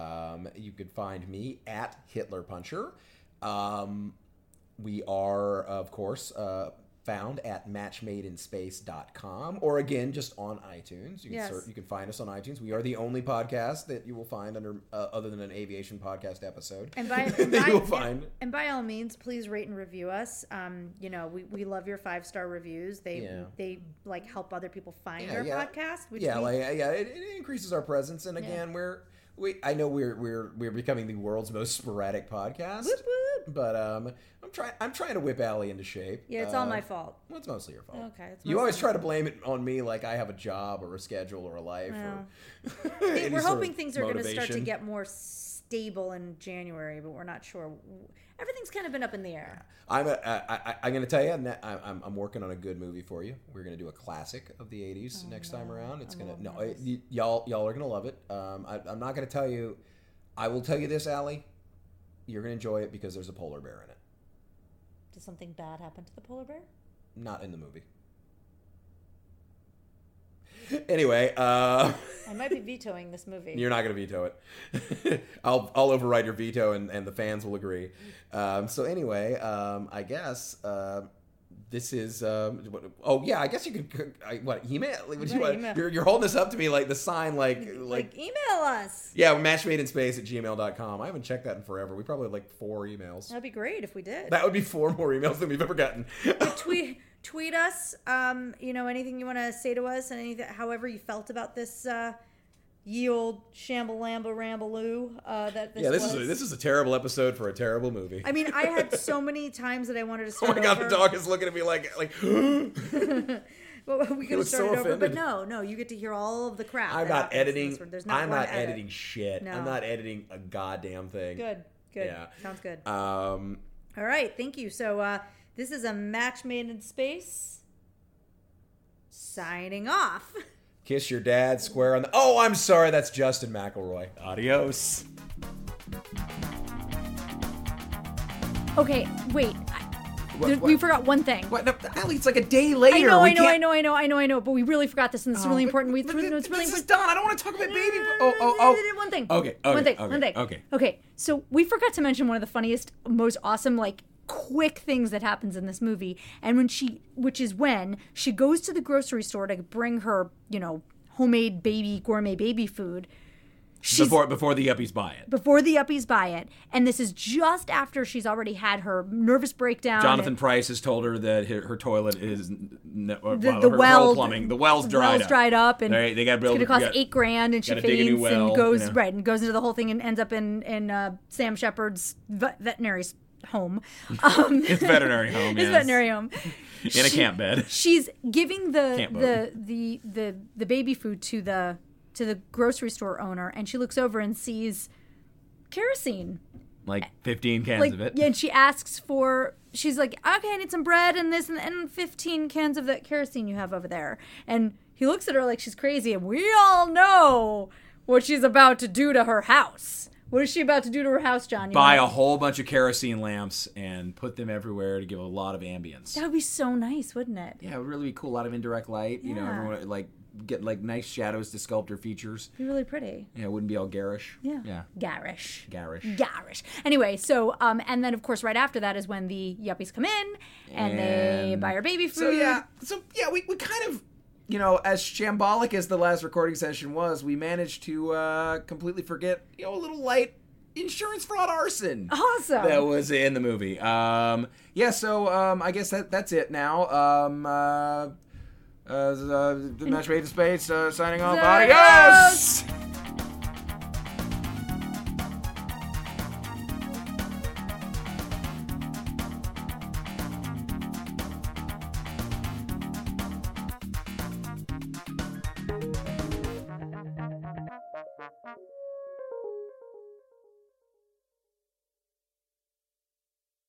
Speaker 1: Um, you can find me at Hitler Puncher. Um, we are, of course, uh, found at matchmadeinspace.com or again just on iTunes. You can,
Speaker 2: Yes.
Speaker 1: search, you can find us on iTunes. We are the only podcast that you will find under uh, other than an aviation podcast episode.
Speaker 2: And by-
Speaker 1: that
Speaker 2: and by-
Speaker 1: you will find.
Speaker 2: And by all means, please rate and review us. Um, you know, we, we love your five star reviews. They
Speaker 1: Yeah.
Speaker 2: they like help other people find
Speaker 1: Yeah,
Speaker 2: our
Speaker 1: yeah.
Speaker 2: podcast. Which
Speaker 1: yeah,
Speaker 2: we,
Speaker 1: like uh, yeah, it, it increases our presence, and again, we're we I know we're we're we're becoming the world's most sporadic podcast,
Speaker 2: Whoop, whoop.
Speaker 1: but um, I'm trying I'm trying to whip Allie into shape.
Speaker 2: yeah, it's
Speaker 1: uh,
Speaker 2: all my fault.
Speaker 1: Well, it's mostly your fault.
Speaker 2: Okay, it's
Speaker 1: you always
Speaker 2: mostly-
Speaker 1: try to blame it on me, like I have a job or a schedule or a life.
Speaker 2: Well.
Speaker 1: Or any
Speaker 2: We're
Speaker 1: sort of
Speaker 2: hoping things are going to start to
Speaker 1: motivation.
Speaker 2: get more stable in January, but we're not sure. Everything's kind of been up in the air.
Speaker 1: I'm a, I, I, I'm going to tell you, ne- I- I'm, I'm working on a good movie for you. We're going to do a classic of the '80s next time around. It's going to no, I- y- y'all y'all are going to love it. Um, I, I'm not going to tell you. I will tell you this, Allie. You're going to enjoy it because there's a polar bear in it.
Speaker 2: Did something bad happen to the polar bear?
Speaker 1: Not in the movie. Anyway, uh,
Speaker 2: I might be vetoing this movie.
Speaker 1: you're not going to veto it. I'll I'll override your veto, and, and the fans will agree. Um, so anyway, um, I guess uh,
Speaker 4: this is um, what, oh yeah I guess you could I, what email like, what do you
Speaker 5: Yeah,
Speaker 4: want?
Speaker 5: email.
Speaker 4: You're, you're holding this up to me like the sign like like
Speaker 5: Like, email us.
Speaker 4: yeah matchmadeinspace at gmail.com I haven't checked that in forever we probably had like four emails
Speaker 5: That'd be great if we did.
Speaker 4: that would be four more emails than we've ever gotten
Speaker 5: tweet tweet us. Um, you know anything you want to say to us and anything, however you felt about this uh, ye old shamble lamba rambaloo. Uh, that this
Speaker 1: yeah, this
Speaker 5: was.
Speaker 1: is a, this is a terrible episode for a terrible movie.
Speaker 5: I mean, I had so many times that I wanted to
Speaker 4: oh
Speaker 5: start.
Speaker 4: my god the
Speaker 5: over.
Speaker 4: dog is looking at me like like
Speaker 5: But we could have
Speaker 4: was so
Speaker 5: started over, but
Speaker 4: offended.
Speaker 5: no, no, you get to hear all of the crap.
Speaker 4: I'm not
Speaker 5: that happens in this
Speaker 4: editing
Speaker 5: one. There's not
Speaker 4: I'm
Speaker 5: one
Speaker 4: not
Speaker 5: edit.
Speaker 4: editing shit
Speaker 5: No.
Speaker 4: I'm not editing a goddamn thing
Speaker 5: Good, good,
Speaker 4: Yeah.
Speaker 5: sounds good.
Speaker 4: um
Speaker 5: all right, thank you. So uh, this is a match made in space. Signing off.
Speaker 4: kiss your dad square on the oh I'm sorry that's Justin McElroy
Speaker 1: Adios.
Speaker 2: Okay, wait. I, there-
Speaker 4: what?
Speaker 2: We forgot one thing.
Speaker 4: What? No, Ali, it's like a day later.
Speaker 2: I know,
Speaker 4: We
Speaker 2: I know, I
Speaker 4: can't- Oh,
Speaker 2: know, I know, I know, I know. But we really forgot this, and it's really
Speaker 4: But-
Speaker 2: important. We,
Speaker 4: but
Speaker 2: it's really-
Speaker 4: th-
Speaker 2: it's really
Speaker 4: this is
Speaker 2: important.
Speaker 4: done. I don't want to talk about baby. Oh, oh, oh.
Speaker 2: One thing.
Speaker 1: Okay, okay,
Speaker 2: One thing.
Speaker 1: okay,
Speaker 2: one thing.
Speaker 1: okay.
Speaker 2: Okay. So we forgot to mention one of the funniest, most awesome, like quick things that happens in this movie. And when she, which is when she goes to the grocery store to bring her, you know, homemade baby gourmet baby food. She's
Speaker 1: Before before the yuppies buy it.
Speaker 2: before the uppies buy it, and this is just after she's already had her nervous breakdown.
Speaker 1: Jonathan
Speaker 2: and-
Speaker 1: Price has told her that her, her toilet is n- n- well,
Speaker 2: the,
Speaker 1: her-
Speaker 2: the
Speaker 1: her
Speaker 2: well
Speaker 1: plumbing. The well's dried
Speaker 2: well's
Speaker 1: up.
Speaker 2: dried up, and
Speaker 1: They- they gotta build-
Speaker 2: It's gonna cost
Speaker 1: gotta-
Speaker 2: eight grand, and she
Speaker 1: gotta dig a new
Speaker 2: faints
Speaker 1: well,
Speaker 2: and goes
Speaker 1: yeah.
Speaker 2: right and goes into the whole thing and ends up in in uh, Sam Shepard's vet- veterinary's home. Um,
Speaker 1: It's veterinary home.
Speaker 2: his
Speaker 1: yes.
Speaker 2: veterinary home
Speaker 1: in a camp bed.
Speaker 2: she's giving the
Speaker 1: Can't
Speaker 2: the, the the the baby food to the to the grocery store owner, and she looks over and sees kerosene
Speaker 1: Like 15 cans
Speaker 2: like
Speaker 1: of it.
Speaker 2: yeah, and she asks for she's like, okay, I need some bread and this and, and fifteen cans of that kerosene you have over there. And he looks at her like she's crazy, and we all know what she's about to do to her house. What is she about to do to her house, John? You
Speaker 1: Buy
Speaker 2: know?
Speaker 1: a whole bunch of kerosene lamps and put them everywhere to give a lot of ambience.
Speaker 2: That would be so nice, wouldn't it?
Speaker 1: Yeah, it would really be cool. A lot of indirect light. You know,
Speaker 2: Yeah.
Speaker 1: everyone like get like nice shadows to sculpt her features.
Speaker 2: Be really pretty.
Speaker 1: Yeah, it wouldn't be all garish.
Speaker 2: Yeah. Mm.
Speaker 1: Yeah.
Speaker 2: Garish.
Speaker 1: Garish.
Speaker 2: Garish. Anyway, so um, and then of course right after that is when the yuppies come in and, they
Speaker 1: And-
Speaker 2: buy her baby food.
Speaker 1: So yeah, so yeah, we, we kind of, you know, as shambolic as the last recording session was, we managed to uh, completely forget, you know, a little light insurance fraud arson.
Speaker 2: Awesome.
Speaker 1: That was in the movie. Um, yeah, so um, I guess that that's it now. Um, uh, uh, uh, the match made in space. Uh, signing off.
Speaker 2: Adios!
Speaker 1: Adios.